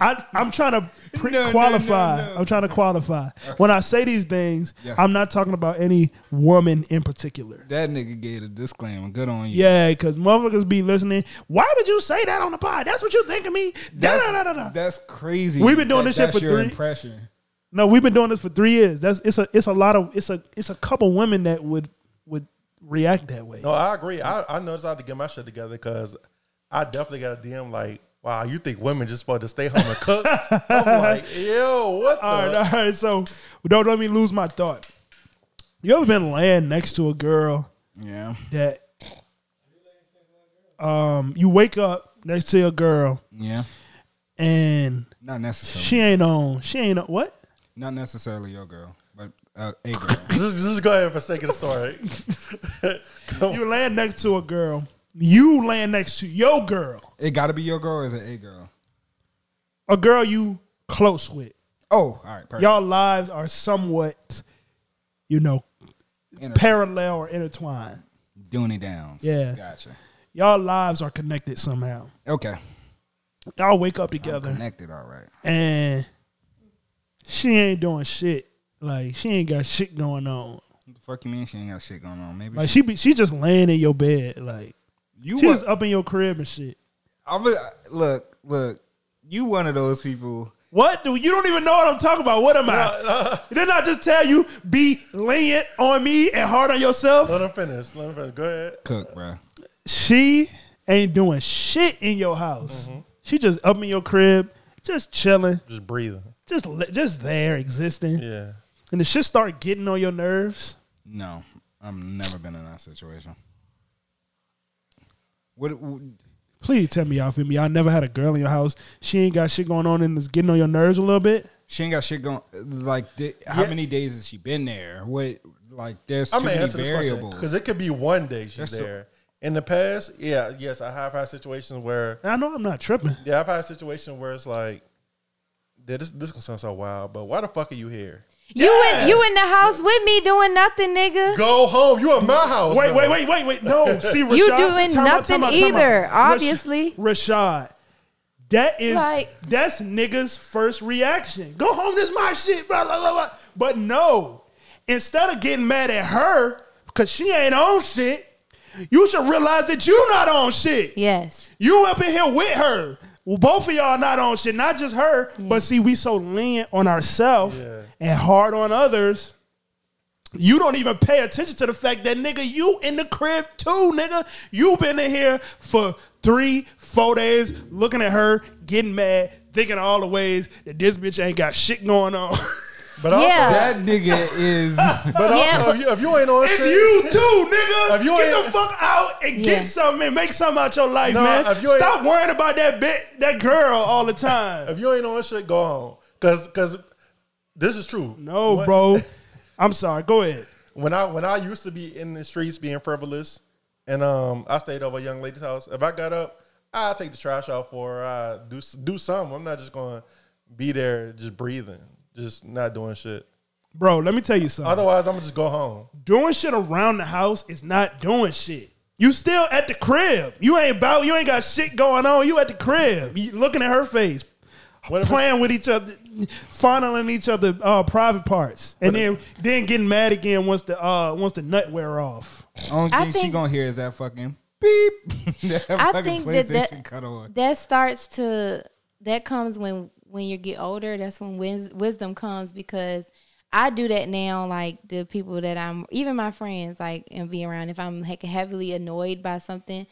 I, I'm trying to pre-
No, no,
qualify.
no, no.
I'm trying to qualify. When I say these things,
Yeah.
I'm not talking about any woman in particular.
That nigga gave a disclaimer. Good on you.
Yeah, because motherfuckers be listening. Why would you say that on the pod? That's what you think of me? Da,
That's,
da, da, da, da.
that's crazy.
We've been doing this shit
that's
for
your
three-
impression.
No, we've been doing this for three years. That's it's a it's a lot of it's a it's a couple women that would would react that way.
No, I agree. I, I noticed I had to get my shit together because I definitely got a DM like, wow, you think women just supposed to stay home and cook? I'm like, yo, what the?
All right, all right. So don't let me lose my thought. You ever been laying next to a girl
Yeah.
that um you wake up next to your girl
Yeah,
and
not necessarily.
she ain't on. She ain't on. What?
Not necessarily your girl, but uh, a girl.
Just, just go ahead for sake of the story.
You land next to a girl. You land next to your girl.
it got to be your girl. Or is it a girl?
A girl you close with.
Oh, all right. Perfect.
Y'all lives are somewhat, you know,
Inter-
parallel or intertwined.
Dooney Downs.
Yeah.
Gotcha.
Y'all lives are connected somehow.
Okay.
Y'all wake up
I'm
together
connected. All right.
and she ain't doing shit. Like she ain't got shit going on.
What the fuck you mean she ain't got shit going on? Maybe
Like
she,
she be, she just laying in your bed. Like
you
she
wa-
just up in your crib and shit.
I was, look, look. You one of those people.
What? Dude, you don't even know what I'm talking about. What am I? Didn't I just tell you be lenient on me and hard on yourself?
Let him finish. Let him finish. Go ahead.
Cook, bro.
She ain't doing shit in your house.
Mm-hmm.
She just up in your crib, just chilling,
Just breathing.
just li- just there existing.
Yeah.
And the shit start getting on your nerves.
No, I've never been in that situation. What? what
Please tell me y'all feel me. I never had a girl in your house. She ain't got shit going on and it's getting on your nerves a little bit.
she ain't got shit going. Like, di- how many days has she been there? What? Like, there's too
I'm gonna
many
answer this question
variables.
because it could be one day she's
That's so-
there. In the past, yeah, yes, I have had situations where
And I know I'm not tripping.
yeah, I've had a situation where it's like, yeah, this this gonna sound so wild, but why the fuck are you here?
You in you in the house with me doing nothing, nigga.
Go home. You at my house.
Wait,
now.
wait, wait, wait, wait. No, see, Rashad,
You doing
time out, time out, time
nothing
out.
either,
Rash-
obviously.
Rashad, that is
Like-
that's niggas' first reaction. Go home, this my shit, blah blah blah. blah. But no, instead of getting mad at her because she ain't on shit, you should realize that you not on shit.
Yes.
You up in here with her. Well, both of y'all not on shit, not just her, but see, we so lenient on ourselves
Yeah.
and hard on others. You don't even pay attention to the fact that nigga, you in the crib too, nigga. You been in here for three, four days, looking at her, getting mad, thinking all the ways that this bitch ain't got shit going on.
But also,
Yeah.
that nigga is.
but also,
Yeah.
if, you, if you ain't on
it's
shit,
you too, nigga.
If you
get
ain't-
the fuck out and
Yeah.
get something and make something out your life,
No,
man.
if you ain't-
Stop worrying about that bit, that girl all the time.
if you ain't on shit, go home. Cause cause this is true.
No,
What-
bro. I'm sorry. Go ahead.
when I when I used to be in the streets being frivolous, and um, I stayed over a young lady's house. If I got up, I take the trash out for her. I do s- do something. I'm not just gonna be there just breathing, just not doing shit.
Bro, let me tell you something.
Otherwise, I'm gonna just go home.
doing shit around the house is not doing shit. You still at the crib. You ain't about you ain't got shit going on. You at the crib. You looking at her face.
What if it's-
playing with each other, fondling each other uh, private parts, and then then getting mad again once the uh, once the nut wear off.
Only
I
thing she
think-
gonna hear is that fucking beep. that
I
fucking
think that
PlayStation
that,
cut on.
that starts to that comes when when you get older. That's when wis- wisdom comes because I do that now. Like the people that I'm, even my friends, like and be around. If I'm like heavily annoyed by something,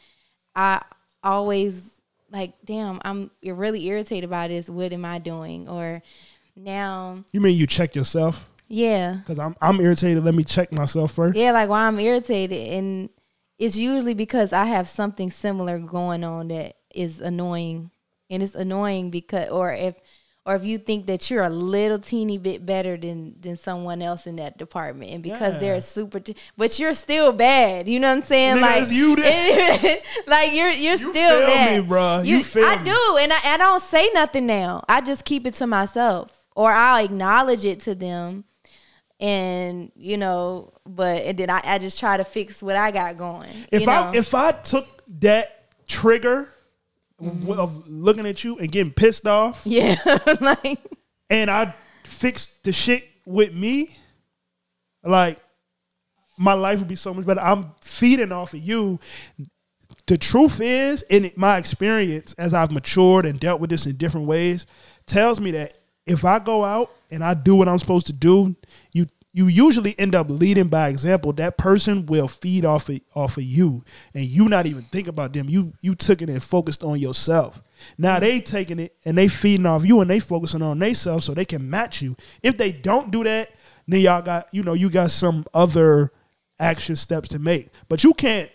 I always like, damn, I'm really irritated by this. What am I doing? Or now,
You mean you check yourself?
yeah,
Cause I'm I'm irritated. Let me check myself first.
yeah, like why I'm irritated, and it's usually because I have something similar going on that is annoying, and it's annoying because, or if, or if you think that you're a little teeny bit better than than someone else in that department, and because
Yeah.
they're super, t- but you're still bad. You know what I'm saying?
Nigga,
like
it's you that-
like you're you're
You
still
feel
bad,
me, bruh. You feel
I
me.
do, and I, I don't say nothing now. I just keep it to myself, or I'll acknowledge it to them and you know, but and then I, I just try to fix what I got going.
If
you know?
I if I took that trigger w of looking at you and getting pissed off,
Mm-hmm. yeah, like
and I fixed the shit with me, like my life would be so much better. I'm feeding off of you. The truth is, in my experience, as I've matured and dealt with this in different ways, tells me that if I go out and I do what I'm supposed to do, you you usually end up leading by example. That person will feed off of, off of you, and you not even think about them. You you took it and focused on yourself. Now they taking it and they feeding off you, and they focusing on themselves so they can match you. If they don't do that, then y'all got you know you got some other action steps to make. But you can't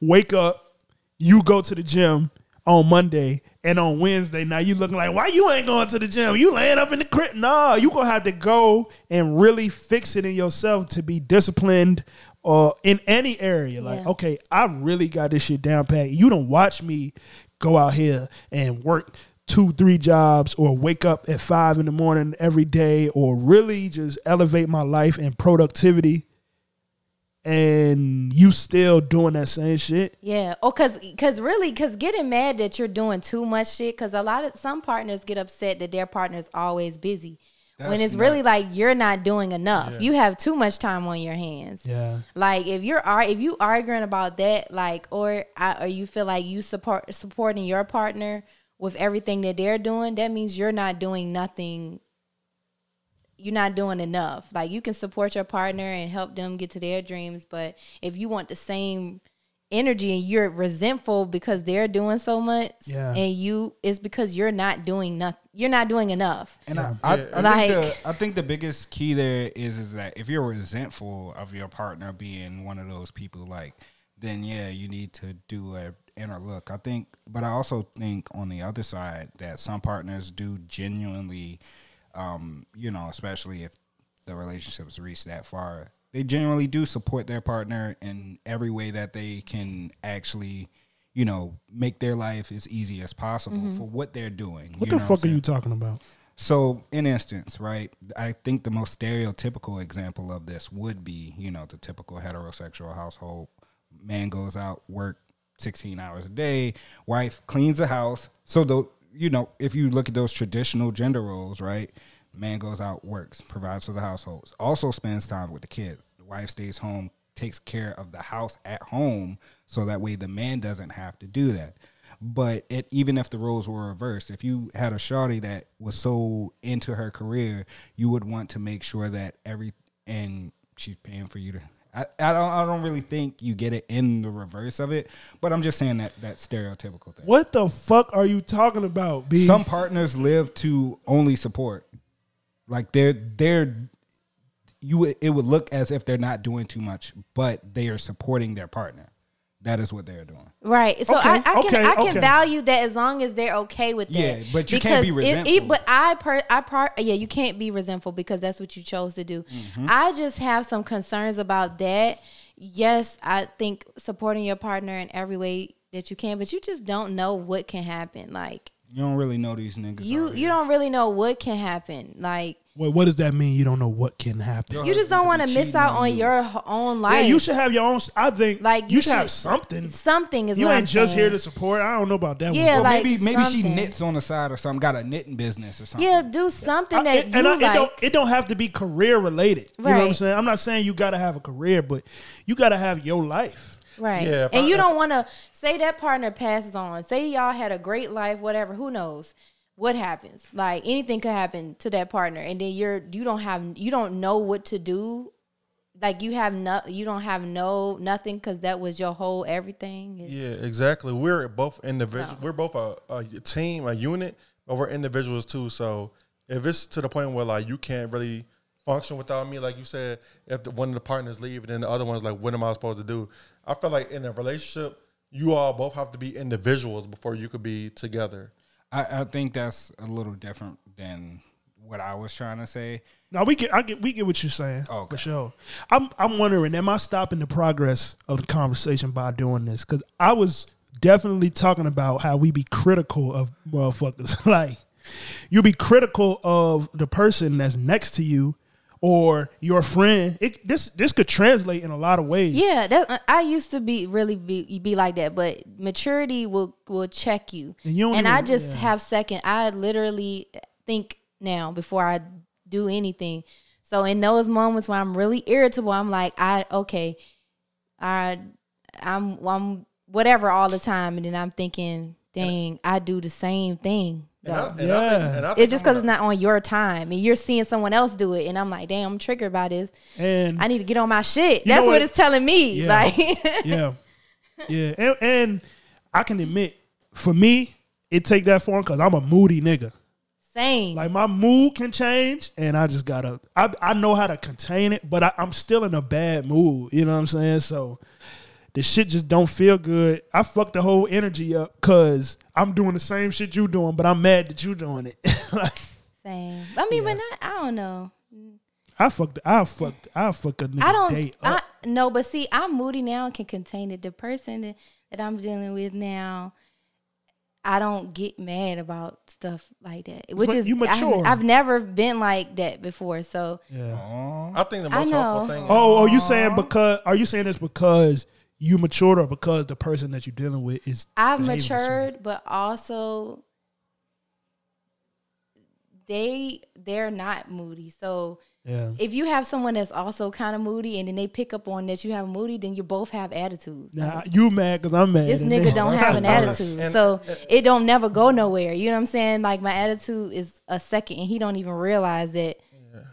wake up, you go to the gym, on Monday and on Wednesday. Now you looking like, why you ain't going to the gym? You laying up in the crib. Nah, you gonna have to go and really fix it in yourself to be disciplined or in any area. Like,
Yeah.
okay, I really got this shit down pat. You don't watch me go out here and work two, three jobs or wake up at five in the morning every day or really just elevate my life and productivity. And you still doing that same shit.
Yeah. Oh, cause, cause really, cause getting mad that you're doing too much shit. Cause a lot of some partners get upset that their partner's always busy. when it's really like you're not doing enough. You have too much time on your hands.
Yeah.
Like if you're ar- if you arguing about that, like or I, or you feel like you support supporting your partner with everything that they're doing, that means you're not doing nothing. You're not doing enough. Like you can support your partner and help them get to their dreams, but if you want the same energy and you're resentful because they're doing so much,
Yeah.
and you it's because you're not doing nothing. You're not doing enough.
And I, I, I,
Like-
think the, I think the biggest key there is is that if you're resentful of your partner being one of those people, like, then yeah, you need to do a inner look. I think, but I also think on the other side that some partners do genuinely, um, you know, especially if the relationships reach that far, they generally do support their partner in every way that they can actually. You know, make their life as easy as possible for what they're doing.
What
you
the
know
fuck are
I'm
you
saying?
talking about?
So, in instance, right, I think the most stereotypical example of this would be, you know, the typical heterosexual household. Man goes out, work 16 hours a day, wife cleans the house. So, the, you know, if you look at those traditional gender roles, right, man goes out, works, provides for the household, also spends time with the kids. The wife stays home, takes care of the house at home, so that way the man doesn't have to do that. But it, even if the roles were reversed, if you had a shawty that was so into her career, you would want to make sure that every and she's paying for you to. I, I don't I don't really think you get it in the reverse of it, but I'm just saying that that stereotypical thing.
What the fuck are you talking about, B?
Some partners live to only support, like they're they're you would, it would look as if they're not doing too much, but they are supporting their partner. That is what they're doing.
Right. So I, I
Okay,
can
okay,
I can
okay.
value that as long as they're okay with that.
Yeah, but you can't be
Because it-
resentful.
but I per I part yeah, you can't be resentful because that's what you chose to do.
Mm-hmm.
I just have some concerns about that. Yes, I think supporting your partner in every way that you can, but you just don't know what can happen. Like
You don't really know these niggas.
you
out
you
here.
don't really know what can happen. Like
Wait, what does that mean? You don't know what can happen.
Your
you just
husband
don't
could
want to
be
miss
cheating
out
on
on
you.
your h- own
Yeah,
life.
you should have your own. I think
Like,
you,
you
should, have
should-
something.
something is
You
what
ain't
I'm
just
saying.
here to support. I don't know about that.
Yeah,
one.
Or
like
maybe maybe she
something.
knits on the side or something. Got a knitting business or something.
yeah, do something
I-
that
and
you
I,
like.
it don't it don't have to be career related. You know what I'm
Right.
saying? I'm not saying you got to have a career, but you got to have your life.
Right.
Yeah, if
and
I-
you
if-
don't want to say that partner passes on. Say y'all had a great life, whatever. Who knows what happens? Like anything could happen to that partner, and then you're you don't have you don't know what to do. Like you have no you don't have no nothing because that was your whole everything. It-
Yeah, exactly. We're both individual.
Oh.
We're both a, a team, a unit, but we're individuals too. So if it's to the point where like you can't really function without me, like you said, if the, one of the partners leave and then the other one's like, what am I supposed to do? I feel like in a relationship, you all both have to be individuals before you could be together.
I, I think that's a little different than what I was trying to say.
Now we get I get we get what you're saying
Okay.
for sure. I'm I'm wondering, am I stopping the progress of the conversation by doing this? Because I was definitely talking about how we be critical of motherfuckers. like you be critical of the person that's next to you or your friend. It, this this could translate in a lot of ways.
Yeah, that uh, I used to be really be be like that, but maturity will will check you.
And
And,
you don't
I
even-
just
yeah.
have second. I literally think now before I do anything. So in those moments where I'm really irritable, I'm like, I okay, I I'm I'm whatever all the time, and then I'm thinking, dang, I do the same thing.
And I-
though.
and I think-
Yeah.
and I think
It's just
I'm
because it's
gonna-
not on your time, and you're seeing someone else do it, and I'm like, damn, I'm triggered by this.
And
I need to get on my shit.
You
That's
know
what,
what-
it's telling me.
Yeah.
Like,
yeah, yeah, and, and I can admit, for me, it take that form because I'm a moody nigga.
same.
Like my mood can change, and I just gotta. I I know how to contain it, but I, I'm still in a bad mood. You know what I'm saying? So the shit just don't feel good. I fuck the whole energy up because I'm doing the same shit you doing, but I'm mad that you doing it. like,
Same. I mean, but not. I don't know.
I fucked. I fucked. I fuck a nigga
I don't.
day
I
up.
no, but see, I'm moody now and can contain it. The person that, that I'm dealing with now, I don't get mad about stuff like that. Which
But
is
you
I haven't-
mature.
I've never been like that before. So
yeah.
I think the
I
most
know.
helpful thing.
Oh, are you saying because? Are you saying this because you matured or because the person that you're dealing with is?
I've
behaving a certain
matured, but also they they're not moody. So
Yeah.
if you have someone that's also kind of moody and then they pick up on that you have moody, then you both have attitudes.
Nah, you mad because I'm mad.
this
and
nigga
then-
don't have an
that's-
attitude.
and-
so
uh,
it don't never go nowhere. You know what I'm saying? Like my attitude is a second and he don't even realize it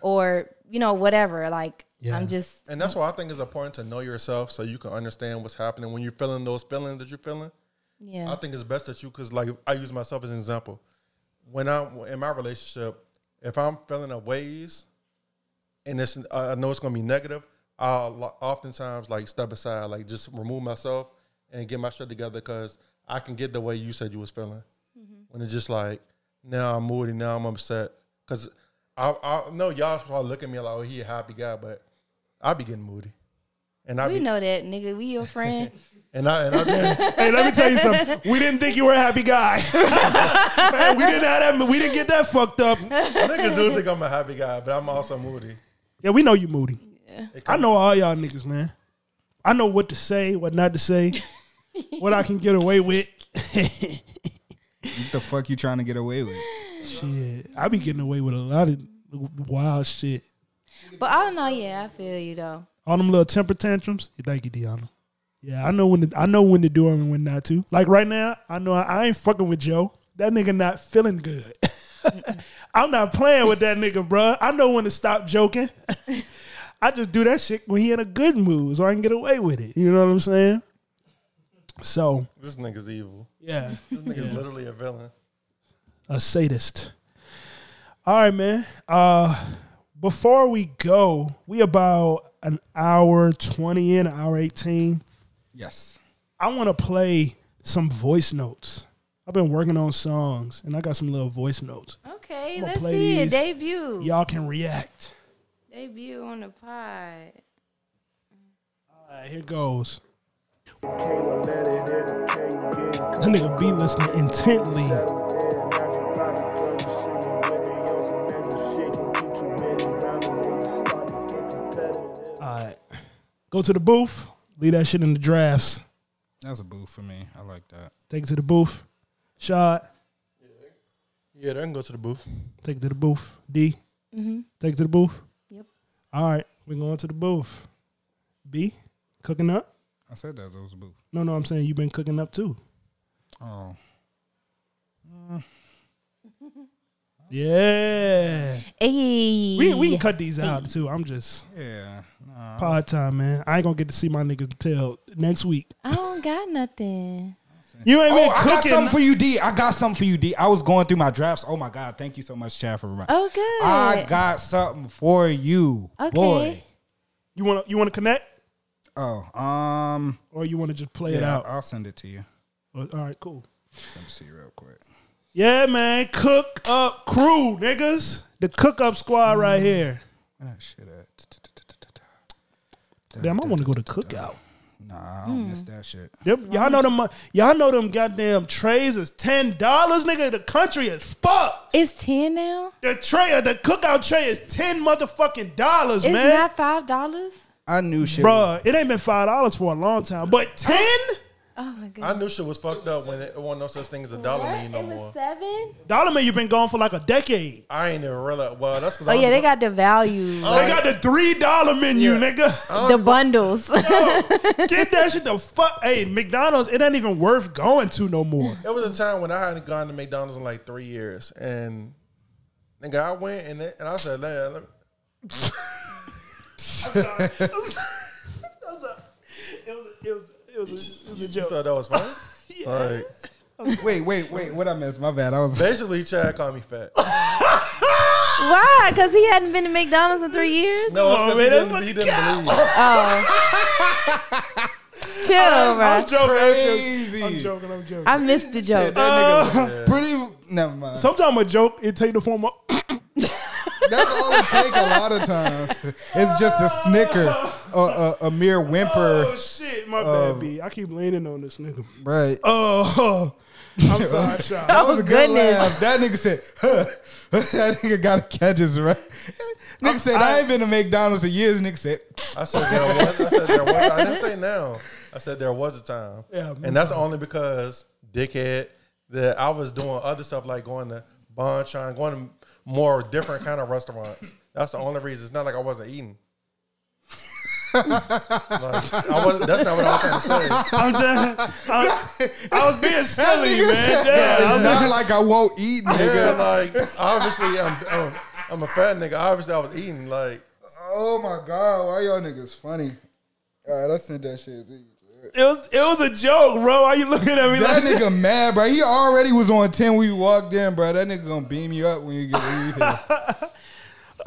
or you know whatever like
Yeah.
I'm just
And that's why I think it's important to know yourself so you can understand what's happening when you're feeling those feelings that you're feeling.
yeah.
I think it's best that you, because like I use myself as an example. When I'm in my relationship, if I'm feeling a ways, and it's I I know it's going to be negative, I'll lo- oftentimes like step aside, like just remove myself and get my shit together because I can get the way you said you was feeling.
Mm-hmm.
When it's just like now I'm moody, now I'm upset because I I know y'all probably look at me like oh he a happy guy, but I be getting moody, and I
we
be,
know that nigga, we your friend.
and I and I be,
Hey, let me tell you something. We didn't think you were a happy guy. Man, we didn't have that. We didn't get that fucked up.
Niggas do think I'm a happy guy, but I'm also moody.
Yeah, we know you moody.
It
I
come-
know all y'all niggas, man. I know what to say, what not to say, what I can get away with.
What the fuck you trying to get away with?
Shit, I be getting away with a lot of wild shit.
but all in all, yeah, I feel you though.
All them little temper tantrums. Yeah, Thank you, Deanna. Yeah, I know when to, I know when to do 'em and when not to. Like right now, I know I, I ain't fucking with Joe. That nigga not feeling good. I'm not playing with that nigga, bruh. I know when to stop joking. I just do that shit when he in a good mood, so I can get away with it. You know what I'm saying? So
This nigga's evil.
yeah,
This nigga's literally a villain.
a sadist. All right, man. Uh, before we go, we about an hour twenty in, an hour eighteen.
Yes.
I want to play some voice notes. I've been working on songs and I got some little voice notes.
Okay,
I'ma
let's
play
see it.
these.
Debut.
Y'all can react.
Debut on the pod.
All right, here goes. That nigga be listening intently. All right. Go to the booth. Leave that shit in the drafts.
That's a boo for me. I like that.
Take it to the booth. Shot.
Yeah, they can go to the booth.
Take it to the booth. D. Take it to the booth.
Yep.
All right. We're going to the booth. B. Cooking up.
I said that it was a boo.
No, no, I'm saying you've been cooking up too.
Oh.
Yeah.
Ayy.
We, we can cut these out too. I'm just
Yeah. Nah.
pod time, man. I ain't gonna get to see my niggas until next week.
I don't got nothing.
You ain't
Oh, I
been
got
cooking.
something for you, D. I got something for you, D. I was going through my drafts. Oh my God. Thank you so much, Chad, for reminding
Oh, good.
I got something for you.
Okay.
Boy.
you wanna you wanna connect
Oh, um,
or you wanna just play it
yeah,
out? Oh,
I'll send it to you.
All right, cool.
Send it to you real quick.
Yeah, man. Cook up crew, niggas. The cook up squad right
Mm.
here.
Where that shit at?
Damn, I wanna go to cookout.
Nah, I
Hmm.
don't miss that shit.
Them- y'all know them. Y'all know them goddamn trays is ten dollars, nigga. The country is fucked.
It's ten now.
The tray, uh, the cookout tray is ten motherfucking dollars,
It's
man.
not five dollars.
I knew shit. was-
Bruh, it ain't been five dollars for a long time, but ten
Oh my god.
I knew shit was fucked up when it, it wasn't no such thing as a dollar
What?
menu no
it was
more.
seven.
dollar man, you've been gone for like a decade.
I ain't even realize. Well, that's because
Oh yeah, they got the value,
Oh,
They got the three dollar menu,
Yeah.
nigga.
the bundles.
Get that shit the fuck. Hey, McDonald's, it ain't even worth going to no more.
It was a time when I hadn't gone to McDonald's in like three years, and nigga, I went and it- and I said, "Let- let me-
It was a, it was, a- it was, it was, a, it was a
"You
joke.
thought that was funny." Like,
Wait, wait, wait. What I missed? My bad. I was.
basically, Chad called me fat.
Why? Because he hadn't been to McDonald's in three years.
No, it's
on, man,
because he
that's
didn't,
what
he
you
didn't believe.
Oh, Chill, bro.
I'm joking. I'm joking.
Crazy.
I'm joking. I'm joking.
I missed the
Yeah,
joke.
that nigga pretty. Never mind.
Sometimes a joke it take the form of
That's all it take a lot of times. It's just a snicker, a, a, a mere
oh
whimper,
shit, my bad B. I keep leaning on this nigga.
right?
Oh, I'm sorry, child.
That was a good
goodness.
laugh. That nigga said, that nigga got to catch his right. Nigga said, I, ain't been to McDonald's in years. Nigga said,
I said there was. I said there was. I didn't say now. I said there was a time.
Yeah, me
and that's only because dickhead that I was doing other stuff like going to Bonchon, going to more different kind of restaurants. That's the only reason. It's not like I wasn't eating. like, I was, that's not what I was trying to say.
I'm just, I, I was being silly, man. Yeah, I
it's
was-
not like I won't eat, nigga.
Yeah, like obviously I'm, I'm I'm a fat nigga. Obviously I was eating like
Oh my God, why y'all niggas funny? All right, I sent that shit to you.
it was it was a joke, bro. Why you looking at me like
That
that?
nigga mad, bro. He already was on 10 when you walked in, bro. That nigga gonna beam you up when you get leave here.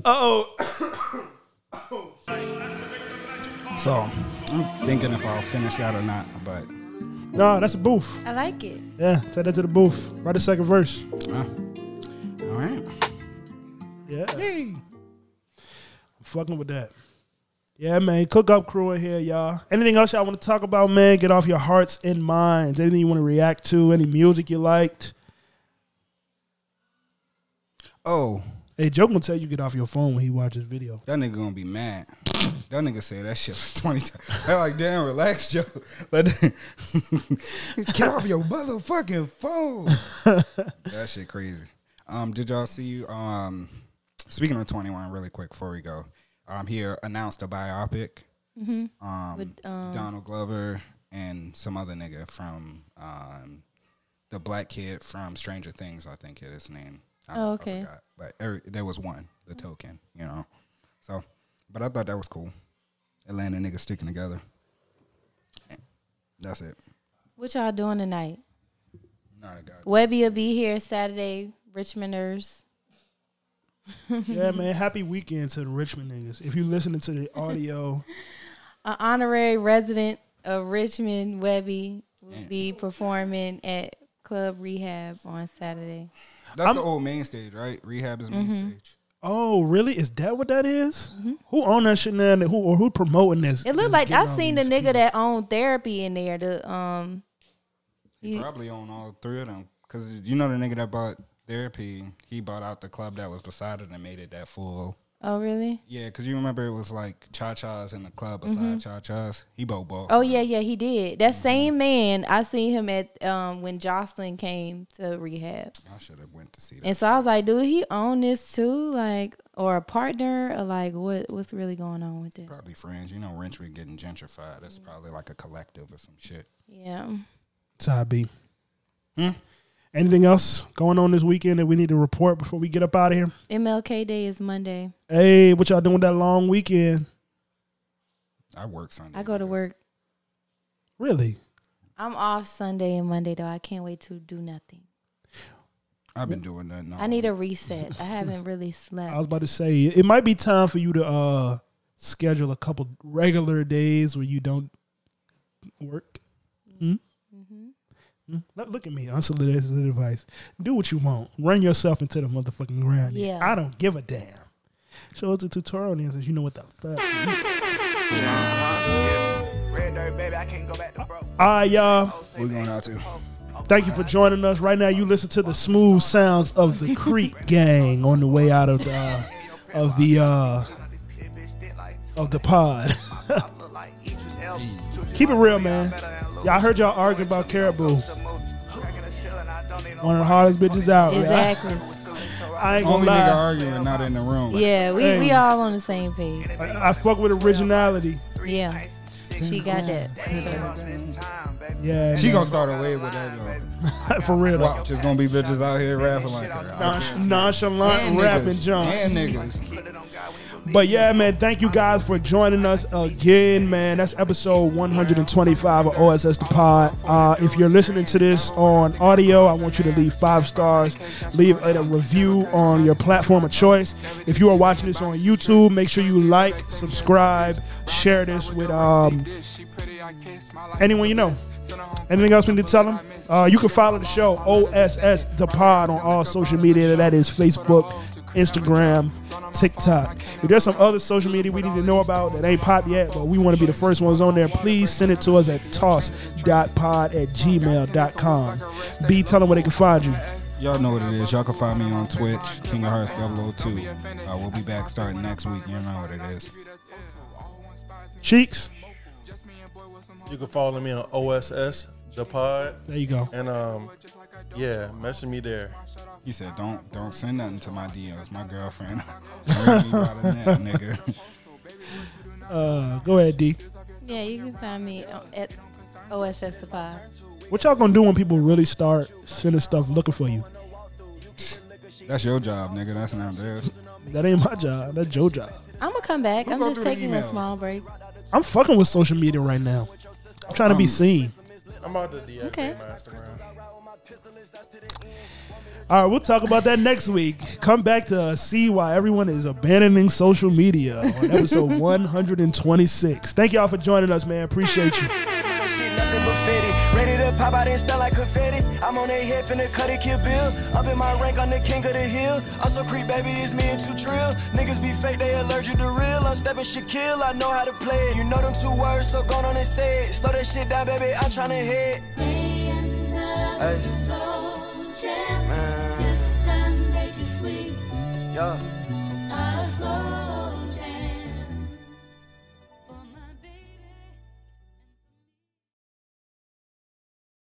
Oh,
So I'm thinking if I'll finish that or not, but
nah, that's a booth.
I like it.
Yeah, take that to the booth. Write the second verse.
all right.
Yeah. I'm fucking with that. Yeah, man. Cook up crew in here, y'all. Anything else y'all want to talk about, man? Get off your hearts and minds. Anything you want to react to? Any music you liked?
Oh,
Hey, Joke gonna tell you get off your phone when he watches video.
that nigga gonna be mad. That nigga said that shit like 20 times. I'm like, damn, relax, Joe. Let the- Get off your motherfucking phone. that shit crazy. Um, did y'all see um speaking of 21 really quick before we go. Um here announced a biopic. Um,
Mm-hmm. With, um,
Donald Glover and some other nigga from um the black kid from Stranger Things, I think it is name. I
Oh,
I
okay. Mm-hmm.
forgot. But every, there was one, the token, you know. So, but I thought that was cool. Atlanta niggas sticking together. That's it.
What y'all doing tonight?
Not a god.
Webby will be here Saturday. Richmonders.
Yeah,
Mm-hmm.
man. Happy weekend to the Richmond niggas. If you listening to the audio,
An honorary resident of Richmond, Webby, will be performing at Club Rehab on Saturday.
That's the old main stage, right? Rehab is main
Mm-hmm.
stage.
oh really? Is that what that is? Who own that shit now? Who or who promoting this?
It looked like I seen the nigga that owned therapy in there. The um,
He
Yeah.
probably own all three of them because you know the nigga that bought therapy, he bought out the club that was beside it and made it that full.
oh really?
Yeah, because you remember it was like cha chas in the club beside cha chas. He bought both.
Mm-hmm. Oh yeah, yeah, he did. That same man, I seen him at um when Jocelyn came to rehab,
I should have went to see that.
and so I was like, dude, he own this too, like or a partner, or like what what's really going on with that?
Probably friends. You know, Renchwood getting gentrified. That's probably like a collective or some shit.
Yeah,
Side B. Hmm? Anything else going on this weekend that we need to report before we get up out of here?
MLK Day is Monday.
Hey, what y'all doing that long weekend?
I work Sunday.
I go to work.
Really?
I'm off Sunday and Monday though. I can't wait to do nothing.
I've been doing nothing.
I need a reset. I haven't really
I was
slept.
about to say it might be time for you to uh schedule a couple regular days where you don't work. Hmm? Hmm? Look- Look at me, unsolicited advice. Do what you want. Run yourself into the motherfucking ground.
Yeah.
I don't give a damn. Show us a tutorial and says, you know what the fuck.
Red dirt, baby, I can't go back to broke.
All right, y'all.
We're going out to.
Oh,
Thank you for joining us. Right now, you listen to the smooth sounds of the Creek Gang on the way out of the uh, of the uh, of the pod. Keep it real, man. Y'all heard y'all arguing about Caribou. One of the hardest bitches out. man.
Exactly.
I ain't gonna
Only nigga
lie.
arguing not in the room.
Yeah, we,
Hey.
we all on the same page.
I, I fuck with originality.
Yeah, she got that. Sure.
Yeah,
She
man.
gonna start away with that though.
for real. though.
Watch, it's gonna be bitches out here rapping like her.
Nonch- nonchalant
And
rapping,
niggas.
John.
And niggas.
But yeah, man, thank you guys for joining us again, man. That's episode 125 of OSS The Pod. Uh, if you're listening to this on audio, I want you to leave five stars, leave a review on your platform of choice. If you are watching this on YouTube, make sure you like, subscribe, share this with um, anyone you know. Anything else we need to tell them? Uh, you can follow the show OSS The Pod on all social media. That is Facebook, Instagram, TikTok. If there's some other social media we need to know about that ain't pop yet, but we want to be the first ones on there, please send it to us at toss.pod at gmail.com. B, tell them where they can find you.
Y'all know what it is. Y'all can find me on Twitch, King of Hearts 002. Uh, we'll be back starting next week. You know what it is.
Cheeks,
You can follow me on OSS the pod,
there you go.
and um, yeah, message me there.
He said, "Don't don't send nothing to my DMs. My girlfriend." Already got a net, nigga.
Uh, go ahead, D.
Yeah, you can find me on- at OSS the pod.
What y'all gonna do when people really start sending stuff looking for you?
That's your job, nigga. That's not theirs.
That ain't my job. That's your job.
I'm gonna come back.
Who
I'm
go
just
through the
taking a
emails?
small break.
I'm fucking with social media right now. I'm trying to be
Um,
seen.
I'm about to deactivate
Okay.
my Instagram.
All right, we'll talk about that next week. Come back to uh, see why everyone is abandoning social media on episode 126. Thank y'all for joining us, man. Appreciate you.
shit nothing but fitted. Ready to pop out and style like confetti. I'm on their head, finna cut it, kill bill. Up in my rank, I'm the king of the hill. I'm so creep, baby, it's me and two trill. Niggas be fake, they allergic to real. I'm stepping Shaquille, I know how to play it. You know them two words, so go on and say it. Slow that shit down, baby, I'm tryna hit. Ay. Man, yeah.